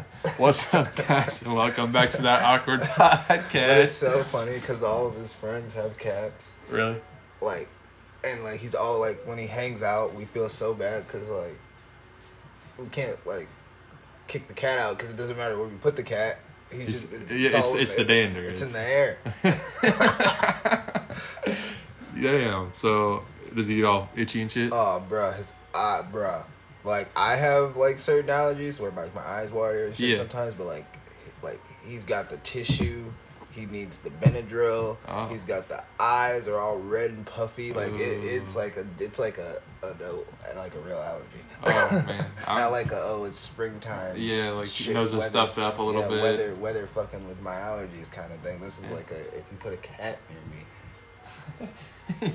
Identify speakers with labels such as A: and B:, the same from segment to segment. A: What's up, guys, and welcome back to that awkward
B: But it's
A: podcast.
B: so funny because all of his friends have cats.
A: Really?
B: Like, and like he's all like, when he hangs out, we feel so bad because like, we can't like kick the cat out because it doesn't matter where we put the cat. He's
A: It's-
B: just
A: yeah, it's-
B: all-
A: it's the dander.
B: It's, in
A: It's-
B: the air.
A: Damn. So does he get all itchy and shit?
B: Oh, bruh, his eye, bruh. Like I have like certain allergies where like my eyes water and shit
A: Yeah.
B: sometimes, but like, like he's got the tissue. He needs the Benadryl.
A: Oh.
B: He's got the eyes are all red and puffy. Like it,
A: Ooh.
B: it's like a, it's like a, a, a like a real allergy.
A: Oh, man. I'm-
B: Not like a oh, it's springtime.
A: Yeah, like,
B: shit,
A: your nose is
B: weather-
A: stuffed up a little
B: yeah,
A: bit.
B: Weather, weather, fucking with my allergies kind of thing. This is like a if you put a cat near me.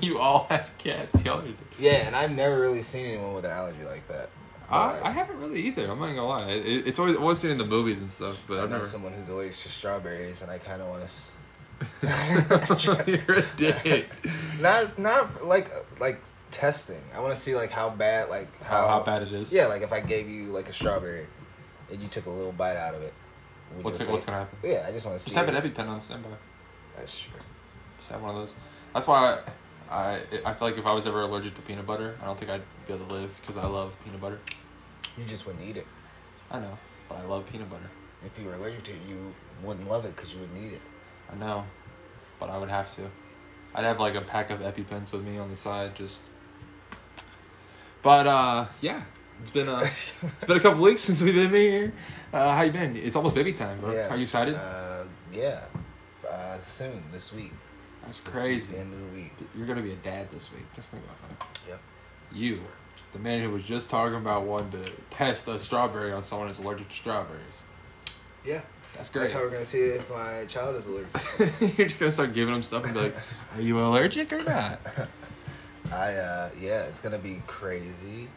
A: you all have cats. Y'all are-
B: Yeah, and I've never really seen anyone with an allergy like that.
A: I,
B: Like,
A: I haven't really either. I'm not gonna lie. It- It, it's always, I've always seen it in the movies and stuff, but
B: I
A: I've
B: know
A: never.
B: someone who's allergic to strawberries, and I kind of want to.
A: You're a dick.
B: Not, not like like testing. I want to see like how bad, like
A: How- how bad it is?
B: Yeah, like if I gave you like a strawberry, and you took a little bite out of it. would
A: What's
B: your
A: it- what's
B: face-
A: gonna happen?
B: Yeah, I just want to see.
A: Just have an
B: it.
A: EpiPen on standby.
B: That's true.
A: Just have one of those. That's why I, I, I feel like if I was ever allergic to peanut butter, I don't think I'd be able to live because I love peanut butter.
B: You just wouldn't eat it.
A: I know, but I love peanut butter.
B: If you were allergic to it, you wouldn't love it because you wouldn't eat it.
A: I know, but I would have to. I'd have like a pack of EpiPens with me on the side, just. But uh, yeah, it's been a it's been a couple weeks since we've been here. Uh, how you been? It's almost baby time, bro.
B: Yeah.
A: Are you excited?
B: Uh, yeah. Uh, soon this week.
A: That's
B: This week,
A: crazy.
B: the end of the week.
A: You're gonna be a dad this week. Just think about that.
B: Yep.
A: You, the man who was just talking about wanting to test a strawberry on someone who's allergic to strawberries.
B: Yeah.
A: That's great.
B: That's how we're gonna see if my child is allergic.
A: You're just gonna start giving him stuff and be like, "Are you allergic or not?"
B: I uh yeah, it's gonna be crazy.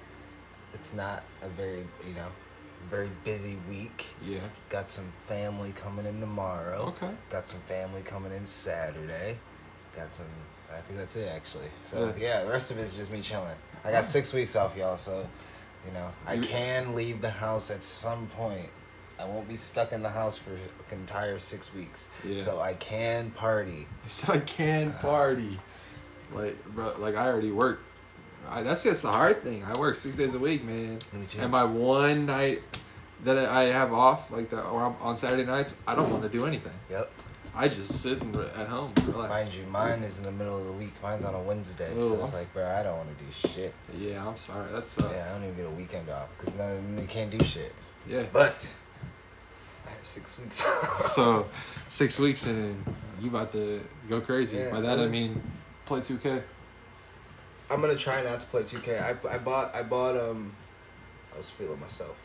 B: It's not a very you know, very busy week.
A: Yeah.
B: Got some family coming in tomorrow.
A: Okay.
B: Got some family coming in Saturday. Got some I think that's it actually. So
A: Yeah.
B: yeah, the rest of it's just me chilling. I got six weeks off y'all, so you know, I
A: You-
B: can leave the house at some point. I won't be stuck in the house for an entire six weeks.
A: Yeah.
B: So I can party.
A: So I can
B: Ah.
A: party. Like, bro, like I already work. I, that's just the hard thing. I work six days a week, man.
B: Me too.
A: And by one night that I I have off, like that, or I'm on Saturday nights, I don't want to do anything.
B: Yep.
A: I just sit and, re- at home, and relax.
B: Mind you, mine is in the middle of the week. Mine's on a Wednesday, so
A: Ooh.
B: it's like, bro, I don't want to do shit.
A: Yeah, I'm sorry. That sucks.
B: Yeah, I don't even get a weekend off because then they can't do shit.
A: Yeah.
B: But I have six weeks. off.
A: so, six weeks and you about to go crazy.
B: Yeah,
A: by that
B: I'm-
A: I mean play 2K.
B: I'm gonna try not to play 2K. I, I bought I bought um, I was feeling myself.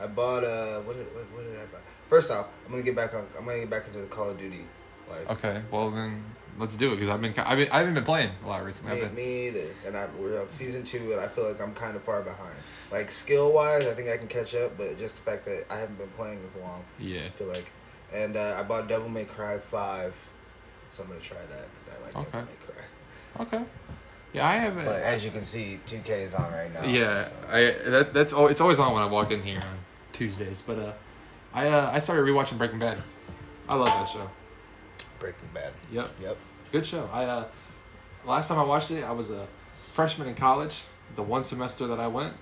B: I bought uh, what did what, what did I buy? First off, I'm gonna get back on. I'm gonna get back into the Call of Duty life.
A: Okay, well then let's do it because I've been ki- I've been, I haven't been playing a lot recently.
B: Me,
A: I've been,
B: me either. And I, we're on season two, and I feel like I'm kind of far behind. Like skill wise, I think I can catch up, but just the fact that I haven't been playing as long.
A: Yeah.
B: I feel like. And uh, I bought Devil May Cry 5, so I'm going to try that because I like
A: Okay.
B: Devil May Cry.
A: Okay. Yeah, I haven't.
B: But uh, as you can see, 2K is on right now.
A: Yeah,
B: so-
A: I that, that's all. It's always on when I walk in here on Tuesdays. But uh, I uh, I started rewatching Breaking Bad. I love that show.
B: Breaking Bad.
A: Yep,
B: Yep.
A: good show. I uh, last time I watched it, I was a freshman in college, the one semester that I went,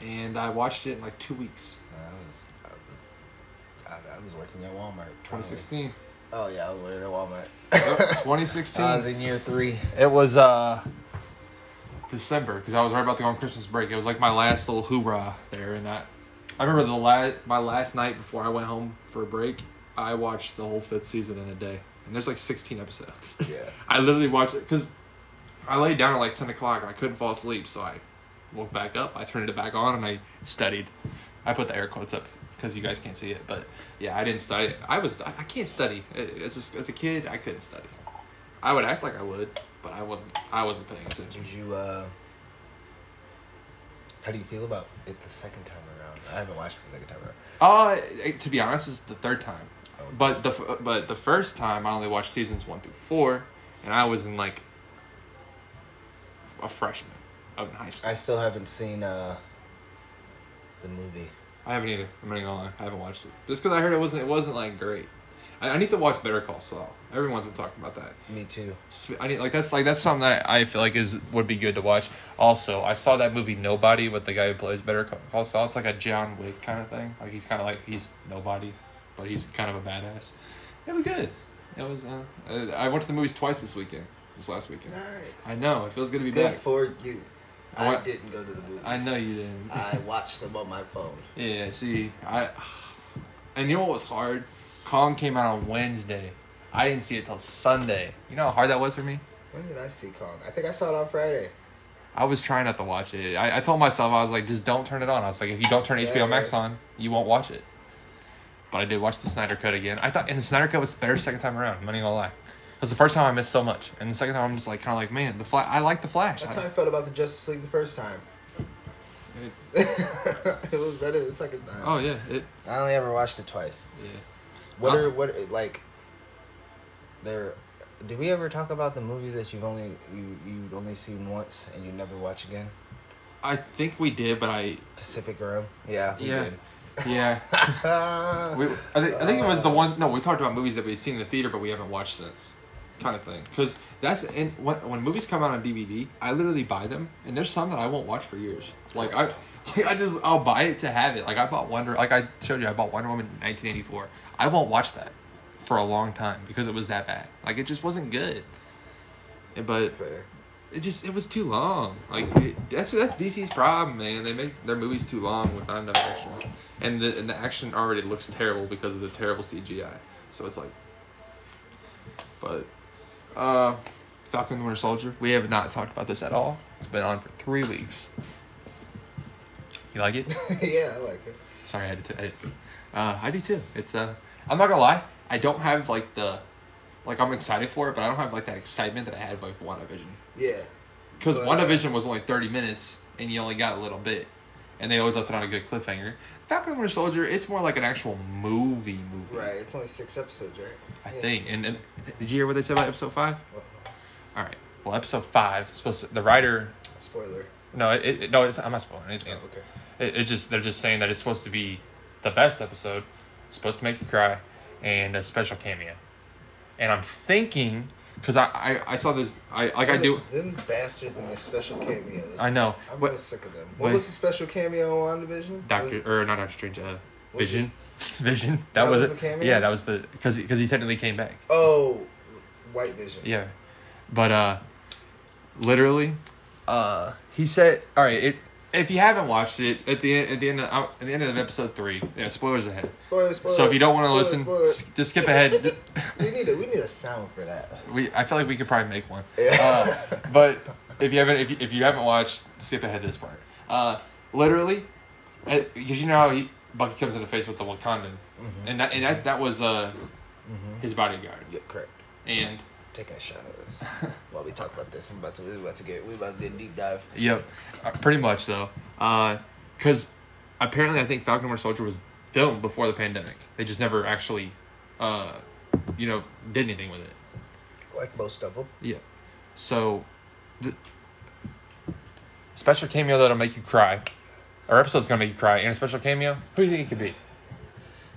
A: and I watched it in like two weeks,
B: I was, I was, I, I was working at Walmart.
A: twenty sixteen.
B: Oh, yeah, I was working at Walmart. I
A: Twenty
B: was
A: sixteen.
B: in year three.
A: It was uh. December, because I was right about to go on Christmas break. It was like my last little hoorah there, and I, I remember the last my last night before I went home for a break. I watched the whole fifth season in a day, and there's like 16 episodes.
B: Yeah.
A: I literally watched it because I laid down at like 10 o'clock and I couldn't fall asleep, so I woke back up. I turned it back on and I studied. I put the air quotes up because you guys can't see it, but yeah, I didn't study. I was I I can't study as a, as a kid. I couldn't study. I would act like I would, but I wasn't. I wasn't paying attention.
B: Did you, uh, how do you feel about it the second time around? I haven't watched it the second time around.
A: Uh, it- to be honest, it's the third time.
B: Oh.
A: But the f- but the first time I only watched seasons one through four, and I was in like a freshman of in high school.
B: I still haven't seen, uh, the movie.
A: I haven't either. I'm not gonna lie. I haven't watched it. Just because I heard it wasn't it wasn't like great. I, I need to watch Better Call Saul. Everyone's been talking about that.
B: Me too.
A: Sp- I need like that's like that's something that I feel like is would be good to watch. Also, I saw that movie Nobody with the guy who plays Better Ca- Call Saul. It's like a John Wick kind of thing. Like he's kind of like he's nobody, but he's kind of a badass. It was good. It was. Uh, uh, I went to the movies twice this weekend. This last weekend.
B: Nice.
A: I know it feels good to be
B: Good
A: back.
B: for you.
A: I
B: I
A: wa-
B: didn't go to the movies.
A: I know you didn't.
B: I watched them on my phone.
A: Yeah, see, I and you know what was hard? Kong came out on Wednesday. I didn't see it till Sunday. You know how hard that was for me?
B: When did I see Kong? I think I saw it on Friday.
A: I was trying not to watch it. I, I told myself I was like, just don't turn it on. I was like, if you don't turn HBO Max
B: Exactly.
A: on, you won't watch it. But I did watch the Snyder Cut again. I thought, and the Snyder Cut was better second time around. I'm not even gonna lie. It was the first time I missed so much, and the second time I'm just like, kind of like, man, the Flash. I like the Flash.
B: That's
A: I-
B: how I felt about the Justice League the first time.
A: It-
B: it was better the second time.
A: oh yeah, it.
B: I only ever watched it twice.
A: Yeah.
B: What
A: Huh?
B: are what like? There, did we ever talk about the movies that you've only you you only seen once and you never watch again?
A: I think we did, but I
B: Pacific Rim. Yeah. we
A: yeah
B: did.
A: yeah. We, I, thi- I think it was the one. No, we talked about movies that we've seen in the theater, but we haven't watched since, kind of thing. Because that's and when when movies come out on DVD, I literally buy them, and there's some that I won't watch for years. Like I, like I just I'll buy it to have it. Like I bought Wonder, like I showed you, I bought Wonder Woman in 1984. I won't watch that for a long time because it was that bad. Like it just wasn't good. And- But
B: Fair.
A: it just it was too long. Like it, that's that's DC's problem, man. They make their movies too long with not enough action, and the and the action already looks terrible because of the terrible CGI. So it's like, but, uh, Falcon and Winter Soldier. We have not talked about this at all. It's been on for three weeks. You like it?
B: yeah, I like it.
A: Sorry, I had to edit. Uh, I do too. It's uh, I'm not gonna lie. I don't have like the, like I'm excited for it, but I don't have like that excitement that I had with WandaVision.
B: Yeah.
A: Because
B: But, uh,
A: WandaVision was only 30 minutes, and you only got a little bit. And they always left it on a good cliffhanger. Falcon and Winter Soldier, it's more like an actual movie movie.
B: Right. It's only six episodes, right?
A: I
B: Yeah.
A: think. And, and did you hear what they said about episode five?
B: Well,
A: All right. Well, episode five, is supposed to, the writer.
B: spoiler.
A: No, it, it, no, it's, I'm not spoiling anything.
B: Oh, okay.
A: It, it just they're just saying that it's supposed to be the best episode, supposed to make you cry, and a special cameo. And I'm thinking because I, I I saw this I like I do
B: Them bastards and their special cameos.
A: I know
B: I'm
A: What-
B: real sick of them. What
A: wait.
B: was the special cameo on Division?
A: Doctor or not Doctor Strange, uh,
B: Was
A: Vision. Vision. That,
B: That
A: was,
B: was
A: it.
B: the cameo?
A: Yeah, that was the because because he technically came back.
B: Oh, White Vision.
A: Yeah, but uh, literally, uh, he said, "All right, it, if you haven't watched it at the end at the end of, uh, at the end of episode three, yeah, spoilers ahead.
B: Spoiler, spoiler,
A: so if you don't want to
B: spoiler,
A: listen,
B: spoiler.
A: s- just skip ahead.
B: we need a we need a sound for that.
A: we I feel like we could probably make one.
B: Yeah.
A: Uh, but if you haven't if you, if you haven't watched, skip ahead to this part. Uh, literally, uh, because you know how he, Bucky comes in the face with the Wakandan, and that and that's that was uh, his bodyguard,
B: Yeah, correct.
A: and
B: Taking a shot at this while we talk about this. I'm about to we're about to get we're about to get a deep dive.
A: yep, uh, pretty much though, because apparently I think Falcon and Winter Soldier was filmed before the pandemic. They just never actually, uh, you know, did anything with it.
B: Like most of them.
A: Yeah. So, the special cameo that'll make you cry, our episode's gonna make you cry, and a special cameo. Who do you think it could be?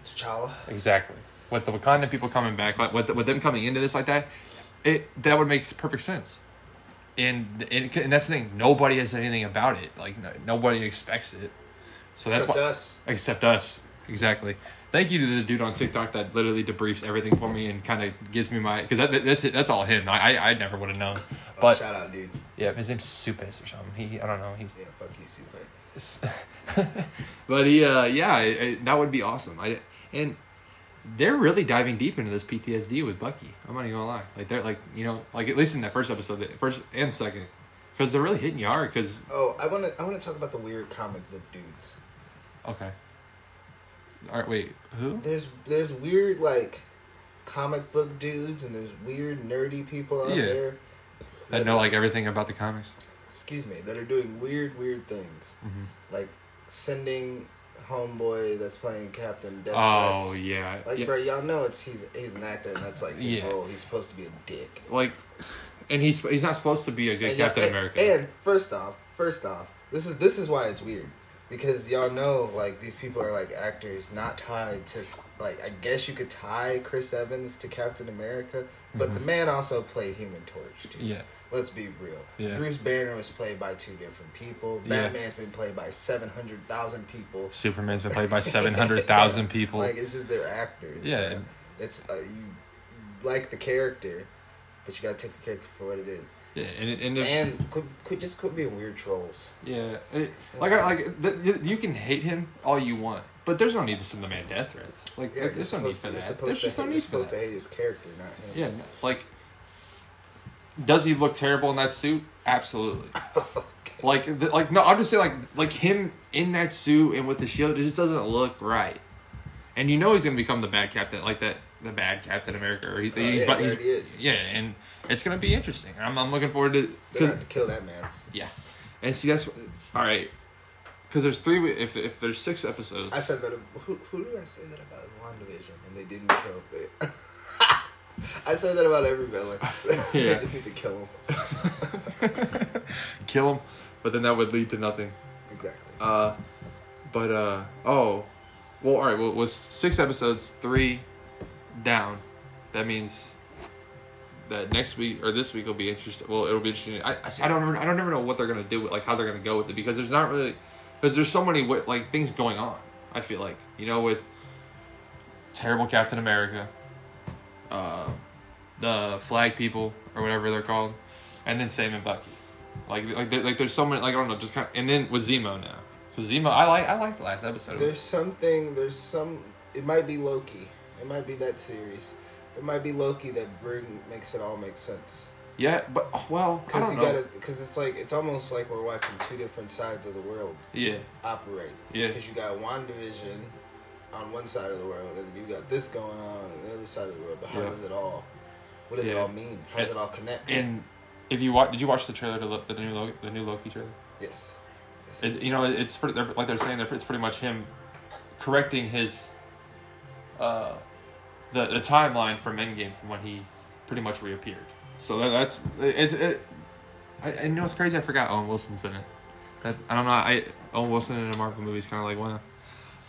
B: T'Challa.
A: Exactly. With the Wakandan people coming back, like with with them coming into this like that, it that would make perfect sense. And and, and that's the thing. Nobody has said anything about it. Like no, nobody expects it. So that's
B: Except
A: why,
B: us.
A: except us. Exactly. Thank you to the dude on TikTok that literally debriefs everything for me and kind of gives me my because that, that's it, that's all him. I I, I never would have known.
B: Oh,
A: But
B: shout out, dude.
A: yeah, his name's Supis or something. He I don't know. He's
B: Yeah, fuck you, Super.
A: but he, uh, yeah, I I- that would be awesome. I and they're really diving deep into this PTSD with Bucky. I'm not even gonna lie. Like they're like you know like at least in that first episode, the first and second, because they're really hitting you hard. Because
B: Oh, I wanna I wanna talk about the weird comic book dudes.
A: okay, all right, wait, who?
B: There's there's weird like comic book dudes and there's weird nerdy people out
A: Yeah.
B: there.
A: I know like everything about the comics.
B: excuse me, that are doing weird, weird things,
A: Mm-hmm.
B: like sending homeboy that's playing Captain Death
A: Oh
B: threats.
A: yeah,
B: Like,
A: yeah.
B: bro, y'all know it's he's he's an actor, and that's like his
A: Yeah.
B: role. He's supposed to be a dick.
A: like, and he's he's not supposed to be a good
B: and y'all-
A: Captain
B: and-
A: America.
B: And first off, first off, this is this is why it's weird. because y'all know like these people are like actors not tied to like I guess you could tie Chris Evans to Captain America, but the man also played Human Torch too.
A: Mm-hmm. Yeah.
B: Let's be real.
A: Yeah.
B: Bruce Banner was played by two different people.
A: Yeah.
B: Batman's been played by seven hundred thousand people.
A: Superman's been played by 700,000 people.
B: Like it's just they're actors.
A: Yeah.
B: man. It's uh, you like the character, but you gotta take the character for what it is.
A: yeah, and, it- and, if,
B: And quit, quit just quit being weird trolls.
A: yeah, it, like I, like th- th- you can hate him all you want, but there's no need to send the man death threats. Like
B: Yeah,
A: there- there's no
B: you're
A: need
B: supposed
A: for
B: to- you're
A: that.
B: supposed
A: There's
B: to
A: just no
B: hate-
A: need
B: you're
A: for
B: supposed to
A: that.
B: hate his character, not him.
A: Yeah, no- like does he look terrible in that suit? Absolutely. Like, th- like no, I'm just saying, like, like him in that suit and with the shield, it just doesn't look right. And you know he's gonna become the bad captain, like that, the bad Captain America. Or he,
B: Oh,
A: he's,
B: yeah,
A: but
B: there
A: he's,
B: it is.
A: yeah, and it's gonna be interesting. I'm, I'm looking forward to
B: They're gonna
A: because
B: have to kill that man.
A: yeah, and see that's all right. Because there's three. If if there's six episodes,
B: I said that. Who, who did I say that about in WandaVision? And they didn't kill it. I said that about every villain. they
A: Yeah.
B: just need to kill him.
A: kill him, but then that would lead to nothing.
B: Exactly.
A: Uh, but uh oh, well all right. Well, it was six episodes, three down. That means that next week or this week will be interesting. Well, it'll be interesting. I I, see, I don't remember, I don't ever know what they're gonna do with like how they're gonna go with it because there's not really because there's so many wi- like things going on. I feel like you know with terrible Captain America, uh, the Flag People or whatever they're called, and then Sam and Bucky. Like like there, like there's so many like I don't know just kind of, and then with Zemo now because Zemo I like I liked the last episode.
B: There's something. There's some. It might be Loki. It might be that series. It might be Loki that bring makes it all make sense.
A: yeah, but oh, well I
B: Because
A: don't
B: you
A: know.
B: gotta. Because it's like it's almost like we're watching two different sides of the world
A: yeah,
B: operate.
A: Yeah.
B: Because you got WandaVision on one side of the world, and then you got this going on on the other side of the world. But how
A: Yeah.
B: does it all? What does it
A: Yeah.
B: all mean? How does it all connect?
A: and if you watch, did you watch the trailer to Lo- the new Loki, the new Loki trailer?
B: yes. Yes.
A: It, you know, it's pretty they're, like they're saying they're, it's pretty much him correcting his uh the the timeline from Endgame from when he pretty much reappeared. So that, that's it's it. I, I know it's crazy. I forgot Owen Wilson's in it. That I don't know. I Owen Wilson in a Marvel movie is kind of like wow,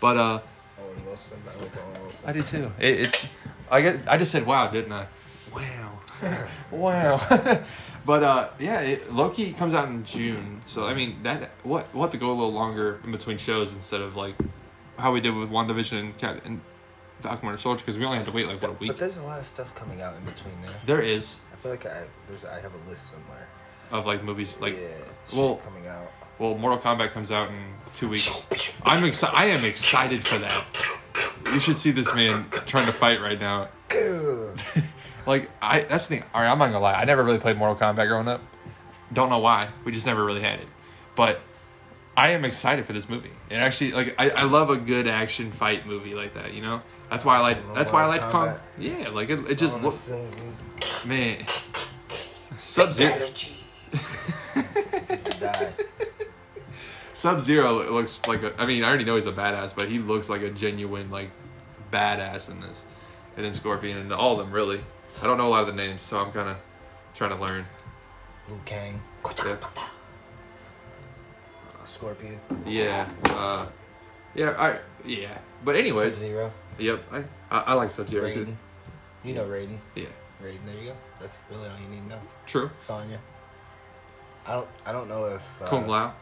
A: but uh,
B: Owen Wilson. I like Owen Wilson.
A: I did too. It, it's I get I just said wow, didn't I? Wow, wow. but uh, yeah, it, Loki comes out in June, so I mean that what we'll have to go a little longer in between shows instead of like how we did with WandaVision and Cap and Falcon Winter Soldier because we only have to wait like what a week.
B: But there's a lot of stuff coming out in between there.
A: There is
B: I feel like I there's I have a list somewhere.
A: of like movies like
B: yeah,
A: well-
B: shit coming out.
A: well, Mortal Kombat comes out in two weeks. I'm exci- I am excited for that. You should see this man trying to fight right now.
B: Ugh.
A: Like I, that's the thing. All right, I'm not gonna lie. I never really played Mortal Kombat growing up. Don't know why. We just never really had it. But I am excited for this movie. It actually, like, I, I love a good action fight movie like that. You know, that's why I like.
B: Mortal
A: That's why I like
B: Kombat.
A: Kombat. Yeah, like it, it just
B: Wanna
A: looks
B: sing
A: man. Sub Zero,
B: Allergy. Die.
A: Sub Zero looks like. A, I mean, I already know he's a badass, but he looks like a genuine like badass in this. And then Scorpion and all of them really. I don't know a lot of the names, so I'm kind of trying to learn.
B: Liu Kang.
A: Yeah.
B: Scorpion.
A: Yeah. Uh, yeah. I. Yeah. But anyways.
B: Zero.
A: Yep. I. I, I like Sub Zero.
B: Raiden. You know Raiden.
A: Yeah.
B: Raiden. There you go. That's really all you need to know.
A: True.
B: Sonya. I don't. I don't know if. Uh,
A: Kung Lao.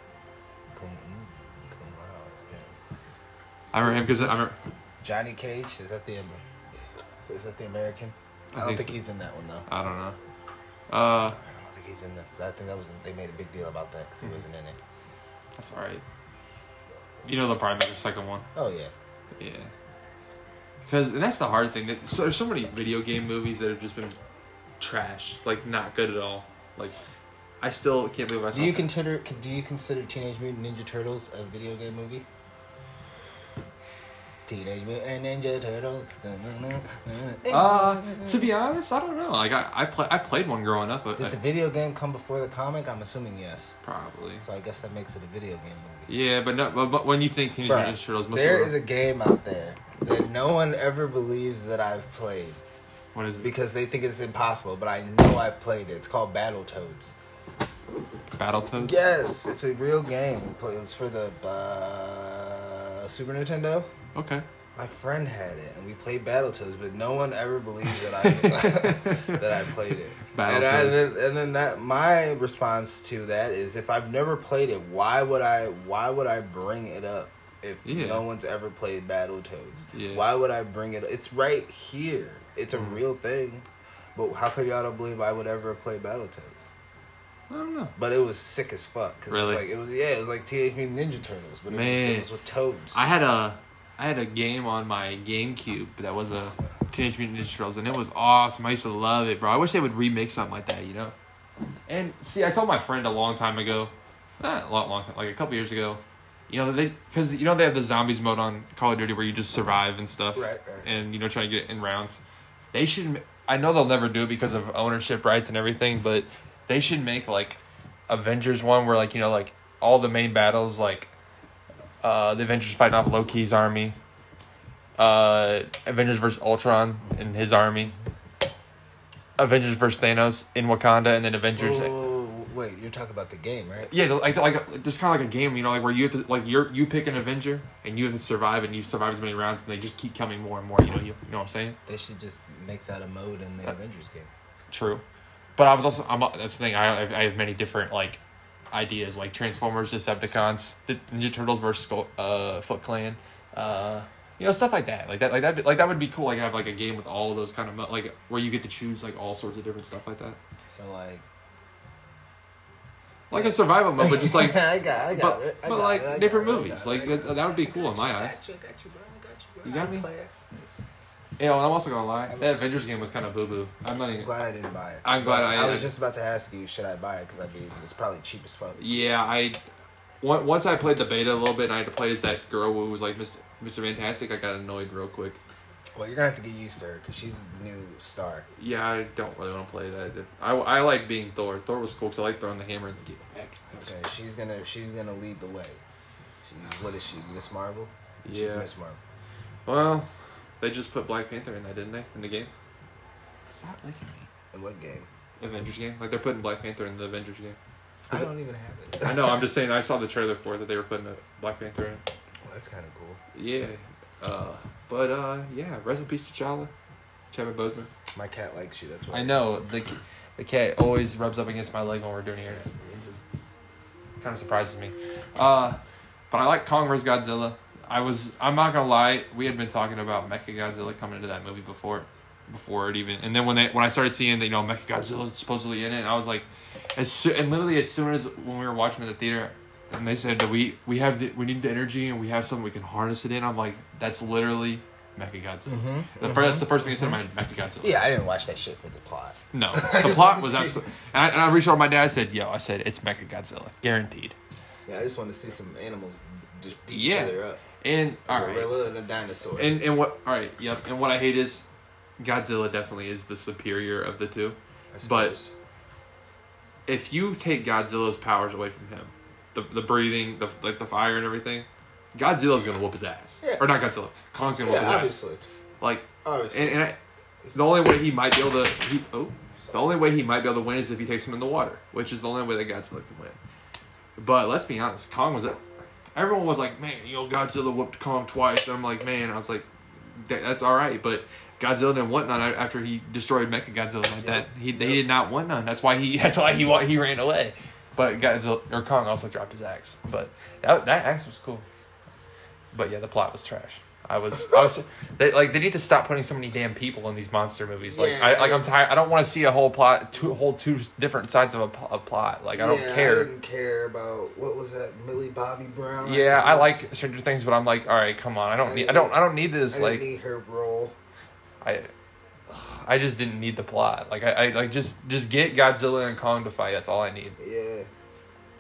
B: Kung, mm, Kung Lao. That's good.
A: I remember him because I
B: who's-
A: remember.
B: Johnny Cage. Is that the? Am- Is that the American? I,
A: I
B: don't
A: think
B: think
A: so.
B: he's in that one though.
A: I don't know. Uh,
B: I don't think he's in this. I think that was they made a big deal about that because he
A: Mm-hmm.
B: wasn't in it.
A: that's all right. You know they'll probably make a second one.
B: Oh yeah,
A: Yeah. Because and that's the hard thing. That so there's so many video game movies that have just been trash, like not good at all. Like, I still can't believe I saw.
B: do you
A: some-
B: consider do you consider Teenage Mutant Ninja Turtles a video game movie? Teenage Mutant Ninja Turtles.
A: Uh, to be honest, I don't know. Like I, I play, I played one growing up, but
B: Did the
A: I,
B: video game come before the comic? I'm assuming yes.
A: probably.
B: So I guess that makes it a video game movie.
A: Yeah, but no. But, but when you think Teenage
B: Bruh,
A: Mutant Ninja Turtles, most
B: there
A: people-
B: is a game out there that no one ever believes that I've played
A: what is it?
B: because they think it's impossible, but I know I've played it. It's called Battletoads.
A: Battletoads?
B: Yes, it's a real game. We play. It was for the uh, Super Nintendo.
A: Okay.
B: My friend had it, and we played Battletoads, but no one ever believes that I that I played it. And, I, and,
A: Battletoads.
B: then, and then that my response to that is, if I've never played it, why would I? Why would I bring it up if
A: Yeah.
B: no one's ever played Battletoads?
A: Yeah. Mm.
B: Why would I bring it? It's right here. It's a real thing. But how come y'all don't believe I would ever play Battletoads?
A: I don't know.
B: But it was sick as fuck. 'cause
A: Really?
B: It was like it was yeah, it was like Teenage Mutant Ninja Turtles, but it, was,
A: Man.
B: it was with toads.
A: I had a I had a game on my GameCube that was a Teenage Mutant Ninja Turtles, and it was awesome. I used to love it, bro. I wish they would remake something like that, you know. And see, I told my friend a long time ago, not a lot long time, like a couple years ago. You know they because you know they have the zombies mode on Call of Duty where you just survive and stuff,
B: Right, right.
A: and you know try to get in rounds. They should. ma- I know they'll never do it because of ownership rights and everything, but they should make like Avengers one where like you know like all the main battles like uh, the Avengers fighting off Loki's army, uh, Avengers versus Ultron and his army, Avengers versus Thanos in Wakanda, and then
B: Whoa,
A: Avengers.
B: whoa, whoa, whoa, Oh, wait, you're talking about the game, right?
A: Yeah, the- like like just kind of like a game, you know, like where you have to like you you pick an Avenger and you have to survive and you survive as many rounds and they just keep coming more and more. You know, you, you know what I'm saying?
B: They should just make that a mode in
A: Uh,
B: the Avengers game.
A: True, but I was also I'm that's the thing. I I have many different like ideas like Transformers, Decepticons, the Ninja Turtles versus Skull, uh Foot Clan, uh you know stuff like that. Like that like that like that would be cool. Like have like a game with all those kind of mo- like where you get to choose like all sorts of different stuff like that.
B: So like,
A: Like a survival mode, oh, but just like.
B: I got, I got
A: But,
B: it. I
A: but
B: got
A: like
B: it, I got
A: different
B: it, I
A: movies,
B: got
A: like
B: it, I got
A: that, that would be cool in
B: it.
A: my
B: I
A: eyes.
B: got you, I got you, bro, I got you, bro.
A: You got me?
B: Player.
A: You know, and I'm also gonna lie, that Avengers game was kind of boo boo. I'm not
B: I'm
A: even.
B: glad I didn't buy it.
A: I'm glad
B: But
A: I
B: I was
A: didn't.
B: just about to ask you, should I buy it? Because I mean, it's probably cheap as fuck.
A: Yeah, I. on- Once I played the beta a little bit, and I had to play as that girl who was like Mr. Mr. Fantastic. I got annoyed real quick.
B: Well, you're gonna have to get used to her because she's the new star.
A: Yeah, I don't really want to play that. I, I like being Thor. Thor was cool because I like throwing the hammer and the back.
B: Okay, she's gonna she's gonna lead the way. She's what is she? Miss Marvel. She's
A: Yeah.
B: Miss Marvel.
A: Well, they just put Black Panther in that, didn't they? In the game. Stop looking at
B: In what game?
A: me. Avengers game. Like they're putting Black Panther in the Avengers game.
B: I don't even have it.
A: I know. I'm just saying. I saw the trailer for it that they were putting a Black Panther in.
B: Well, that's kind of cool.
A: Yeah. Uh, but uh, yeah. Rest in peace, T'Challa. Chadwick Boseman.
B: My cat likes you. That's why.
A: I know the c- the cat always rubs up against my leg when we're doing here. It just kind of surprises me. Uh, but I like Kong vs Godzilla. I was I'm not gonna lie. We had been talking about Mecha Godzilla coming into that movie before, before it even. And then when they when I started seeing that you know Mecha Godzilla supposedly in it, and I was like, as so, and literally as soon as when we were watching it at the theater. And they said that we we have the, we need the energy and we have something we can harness it in. I'm like, that's literally Mechagodzilla.
B: Mm-hmm.
A: The first, that's the first thing that said in my head, Mechagodzilla.
B: Yeah, I didn't watch that shit for the plot.
A: No,
B: I
A: the
B: just wanted
A: plot was
B: to see.
A: absolutely. And I, and I reached out to my dad. I said, "Yo," I said, "It's Mecha Godzilla, guaranteed."
B: Yeah, I just want to see some animals just beat
A: Yeah.
B: each other up.
A: And
B: A
A: all right,
B: gorilla and a dinosaur.
A: and and what? All right, yep. And what I hate is, Godzilla definitely is the superior of the two.
B: I
A: but-
B: suppose.
A: If you take Godzilla's powers away from him, the the breathing, the like the fire and everything, Godzilla's gonna whoop his ass.
B: Yeah.
A: Or not Godzilla. Kong's gonna
B: yeah,
A: whoop his
B: obviously,
A: ass. Like,
B: obviously.
A: and, and I, the only way he might be able to, he, oh, the only way he might be able to win is if he takes him in the water, which is the only way that Godzilla can win. But let's be honest, Kong was. Everyone was like, man, you know, Godzilla whooped Kong twice. And I'm like, man, I was like, that, that's all right. But Godzilla didn't want none a- after he destroyed Mecha Godzilla like that. He, they
B: Yep.
A: did not want none. That's why he. That's why he wa- he ran away. But Godzilla or Kong also dropped his axe. But that that axe was cool. But yeah, the plot was trash. I was I was they like they need to stop putting so many damn people in these monster movies. Like I
B: Yeah.
A: like I'm tired. I don't want to see a whole plot, two whole two different sides of a, pl- a plot. Like I don't
B: Yeah,
A: care.
B: I didn't care about what was that Millie Bobby Brown.
A: Yeah, I
B: guess.
A: like Stranger Things, but I'm like, all right, come on, I don't
B: I
A: need, I
B: didn't-
A: don't, I don't need
B: I
A: this.
B: didn't
A: Like,
B: need her role.
A: I, I just didn't need the plot. Like, I, I like just, just get Godzilla and Kong to fight. That's all I need,
B: Yeah,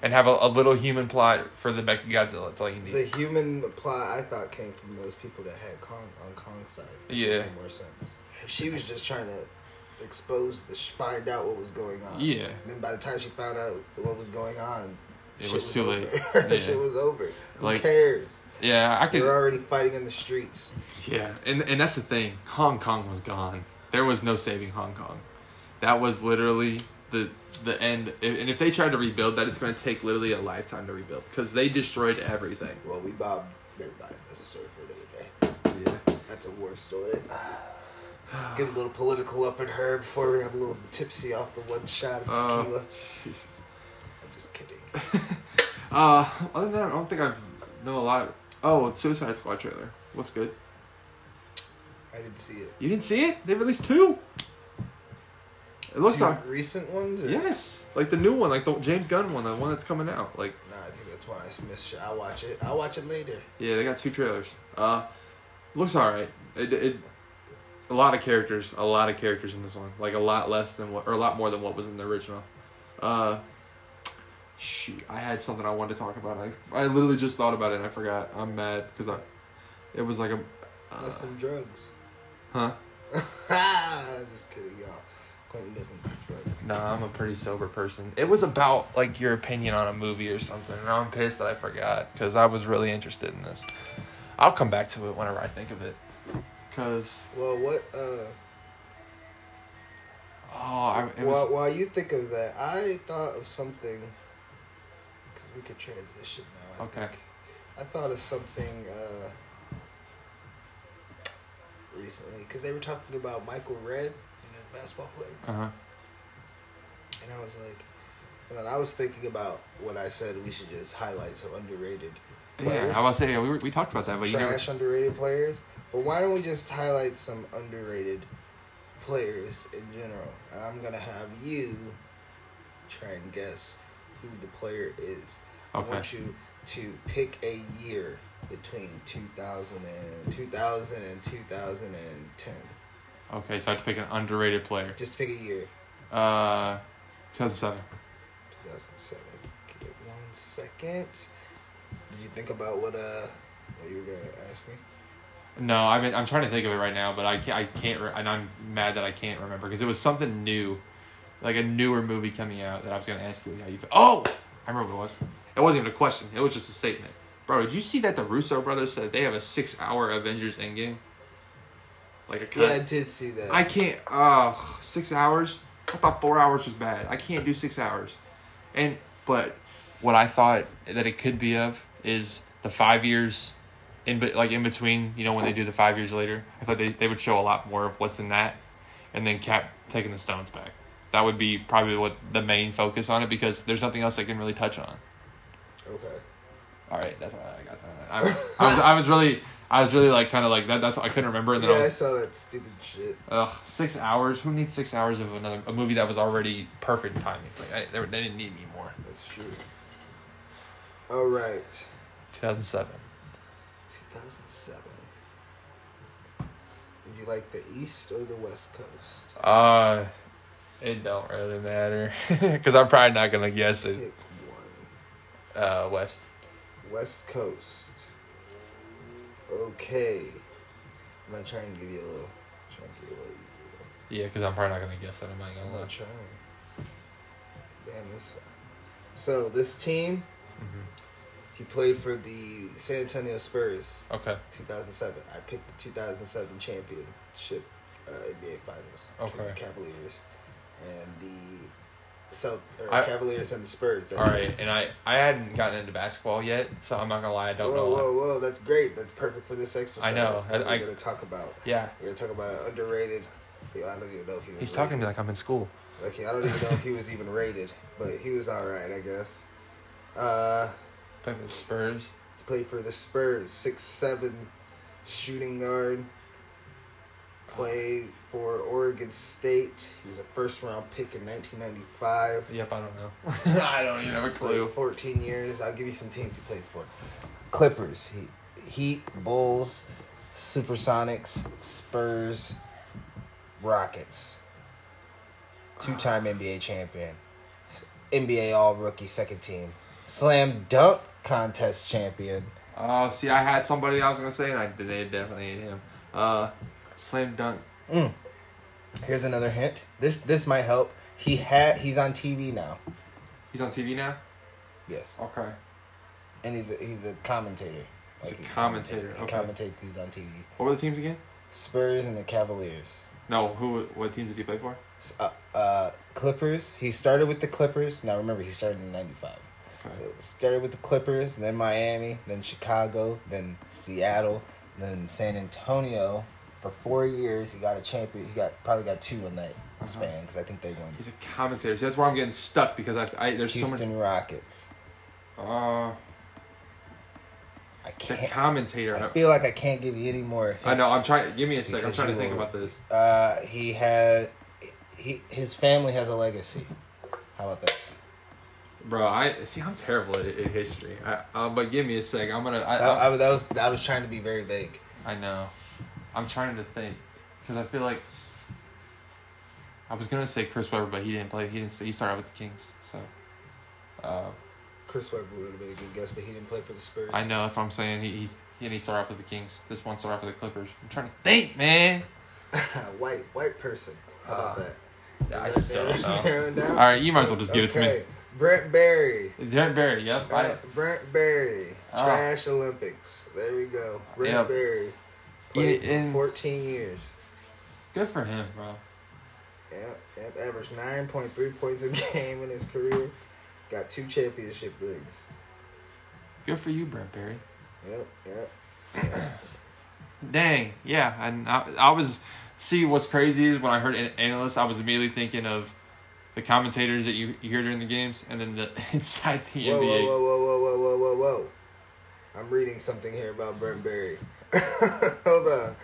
A: and have a, a little human plot for the Mecha Godzilla. That's all you need.
B: the human plot I thought came from those people that had Kong on Kong's side.
A: Yeah.
B: made more sense. She was just trying to expose, the, find out what was going on.
A: yeah,
B: Then by the time she found out what was going on,
A: It
B: shit
A: was too late.
B: over.
A: Yeah.
B: shit was over. Who
A: Like-
B: cares?
A: yeah, I
B: They're
A: could.
B: already fighting in the streets.
A: Yeah, and and that's the thing. Hong Kong was gone. There was no saving Hong Kong. That was literally the the end. And and if they try to rebuild that, it's going to take literally a lifetime to rebuild because they destroyed everything.
B: Well, we bobbed everybody. That's a story for another
A: Yeah.
B: day. That's a war story. Get a little political up in her before we have a little tipsy off the one shot of
A: Uh,
B: tequila. I'm just kidding.
A: Uh, other than that, I don't think I've know a lot. Oh, it's Suicide Squad trailer. What's good?
B: I didn't see it.
A: You didn't see it? They released two. It looks
B: Two
A: like
B: recent ones? Or?
A: yes, like the new one, like the James Gunn one, the one that's coming out. Like
B: Nah, I think that's why I missed shit. I'll watch it. I'll watch it later.
A: yeah, they got two trailers. Uh, looks all right. It it a lot of characters, a lot of characters in this one. Like a lot less than what, or a lot more than what was in the original. Uh, shoot, I had something I wanted to talk about. I I literally just thought about it and I forgot. I'm mad because I, it was like a. Uh,
B: Less than drugs.
A: huh?
B: I'm just kidding, y'all. Quentin doesn't do drugs.
A: Nah, I'm a pretty sober person. It was about like your opinion on a movie or something, and I'm pissed that I forgot because I was really interested in this. I'll come back to it whenever I think of it. Cause
B: Well, what? Uh,
A: oh, I, it
B: while,
A: was,
B: while you think of that, I thought of something. Because we could transition now. I
A: Okay.
B: Think. I thought of something uh, recently because they were talking about Michael Red, you know, the basketball player,
A: uh huh.
B: and I was like, and then I was thinking about what I said. We should just highlight some underrated.
A: Yeah,
B: Players.
A: I was saying we were, we talked about that, but you
B: Some
A: never.
B: trash underrated players. But why don't we just highlight some underrated players in general? And I'm gonna have you try and guess who the player is. I
A: Okay.
B: want you to pick a year between 2000 and 2000 and 2010.
A: Okay, so I have to pick an underrated player.
B: Just pick a year.
A: Uh, 2007.
B: 2007. Give it one second. Did you think about what uh what you were gonna ask me?
A: No, I mean I'm trying to think of it right now, but I can't. I can't, re- and I'm mad that I can't remember because it was something new, like a newer movie coming out that I was gonna ask you how you. Felt. Oh, I remember what it was. It wasn't even a question. It was just a statement. Bro, did you see that the Russo brothers said they have a six-hour Avengers Endgame? Like a
B: Yeah, I
A: cut.
B: did see that.
A: I can't. Uh, six hours. I thought four hours was bad. I can't do six hours. And but what I thought that it could be of is the five years, in be- like in between. You know when they do the five years later, I thought they they would show a lot more of what's in that, and then Cap taking the stones back. That would be probably what the main focus on it because there's nothing else they can really touch on.
B: okay.
A: All right, that's all I got. that. I, I was I was really I was really like kind of like that. That's I couldn't remember. And then I
B: Yeah,
A: was,
B: I saw that stupid shit.
A: Ugh, six hours. Who needs six hours of another a movie that was already perfect timing? Like I, they, were- they didn't need me more.
B: That's true. All right,
A: Two thousand seven.
B: 2007. Would you like the East or the West Coast?
A: Uh, it don't really matter because I'm probably not gonna guess it.
B: Pick one.
A: Uh, West.
B: West Coast. Okay. I'm gonna try and give you a little. Try and give you a little easier. one.
A: Yeah, because I'm probably not gonna guess it. I'm not
B: I'm
A: gonna
B: gonna
A: lie.
B: try. Damn this. So this team,
A: hmm
B: he played for the San Antonio Spurs.
A: Okay.
B: 2007. I picked the 2007 championship uh, NBA Finals between
A: Okay.
B: the Cavaliers and the South or
A: I-
B: Cavaliers and the Spurs.
A: All right, and I I hadn't gotten into basketball yet, so I'm not gonna lie. I
B: Whoa,
A: don't know. a lot.
B: whoa, whoa! That's great. That's perfect for this exercise.
A: know.
B: That's
A: I-
B: what
A: I-
B: we're gonna talk about.
A: Yeah,
B: We're gonna talk about an underrated. I don't even know if he was.
A: he's
B: rated.
A: talking to me like I'm in school.
B: Like I don't even know if he was even rated, but he was all right, I guess. Uh,
A: Play for the Spurs.
B: he played for the Spurs, six seven, shooting guard. played for Oregon State. He was a first round pick in 1995.
A: Yep, I don't know. I don't even have a
B: Played
A: clue.
B: 14 years. I'll give you some teams he played for. Clippers, he, Heat, Bulls, Supersonics, Spurs, Rockets. Two-time NBA champion. S- NBA All-Rookie second team. Slam dunk contest champion.
A: Oh, see, I had somebody I was gonna say, and I did it definitely ain't him. Uh, slam dunk.
B: Here's another hint. This this might help. He had he's on TV now.
A: He's on TV now.
B: Yes.
A: Okay.
B: and he's a, he's a commentator.
A: He's a
B: he
A: commentator,
B: commentate-
A: okay.
B: He commentates these on TV.
A: What were the teams again?
B: Spurs and the Cavaliers.
A: No, who? What teams did he play for?
B: uh, uh, Clippers. He started with the Clippers. Now remember, he started in '95.
A: Okay.
B: So started with the Clippers, then Miami, then Chicago, then Seattle, then San Antonio. For four years, he got a champion. He got probably got two in that span because I think they won.
A: Uh-huh. He's a commentator. See, that's why I'm getting stuck because I, I there's
B: Houston
A: so
B: Rockets.
A: much. Uh,
B: I
A: it's a
B: can't.
A: commentator.
B: I
A: I,
B: feel like I can't give you any more. Hints.
A: know. I'm trying. Give me a sec. I'm
B: Because
A: trying to
B: you
A: think
B: will.
A: about this.
B: Uh, he had he his family has a legacy. How about that?
A: Bro, I see. I'm terrible at, at history. I, uh, but give me a sec. I'm gonna. I,
B: That,
A: I,
B: I, that was I was trying to be very vague.
A: I know. I'm trying to think because I feel like I was gonna say Chris Webber, but he didn't play. He didn't. He started with the Kings, so. Uh,
B: Chris Webber would have been a good guess, but he didn't play for the Spurs.
A: I know that's what I'm saying. He he's, he and he started off with the Kings. This one started off with the Clippers. I'm trying to think, man.
B: white white person. How about
A: Uh,
B: that?
A: Yeah, I
B: Is that
A: still
B: narrowing-
A: don't know.
B: narrowing
A: All
B: down?
A: right, you might as well just give it to me.
B: Okay, Brent Berry.
A: Derek Barry, yep.
B: Uh,
A: I,
B: Brent Berry.
A: Oh.
B: Trash Olympics. There we go. Brent
A: Yep.
B: Berry. Played
A: Yeah, and-
B: for 14 years.
A: good for him, bro.
B: Yep, yep. Averaged 9.3 points a game in his career. Got two championship rings.
A: Good for you, Brent Barry.
B: Yep, yep.
A: Dang, yeah. And I, I was, see, what's crazy is when I heard an- analysts, I was immediately thinking of the commentators that you, you hear during the games and then the inside the
B: Whoa,
A: NBA.
B: whoa, whoa, whoa, whoa, whoa, whoa, whoa. I'm reading something here about Brent Berry. Hold on.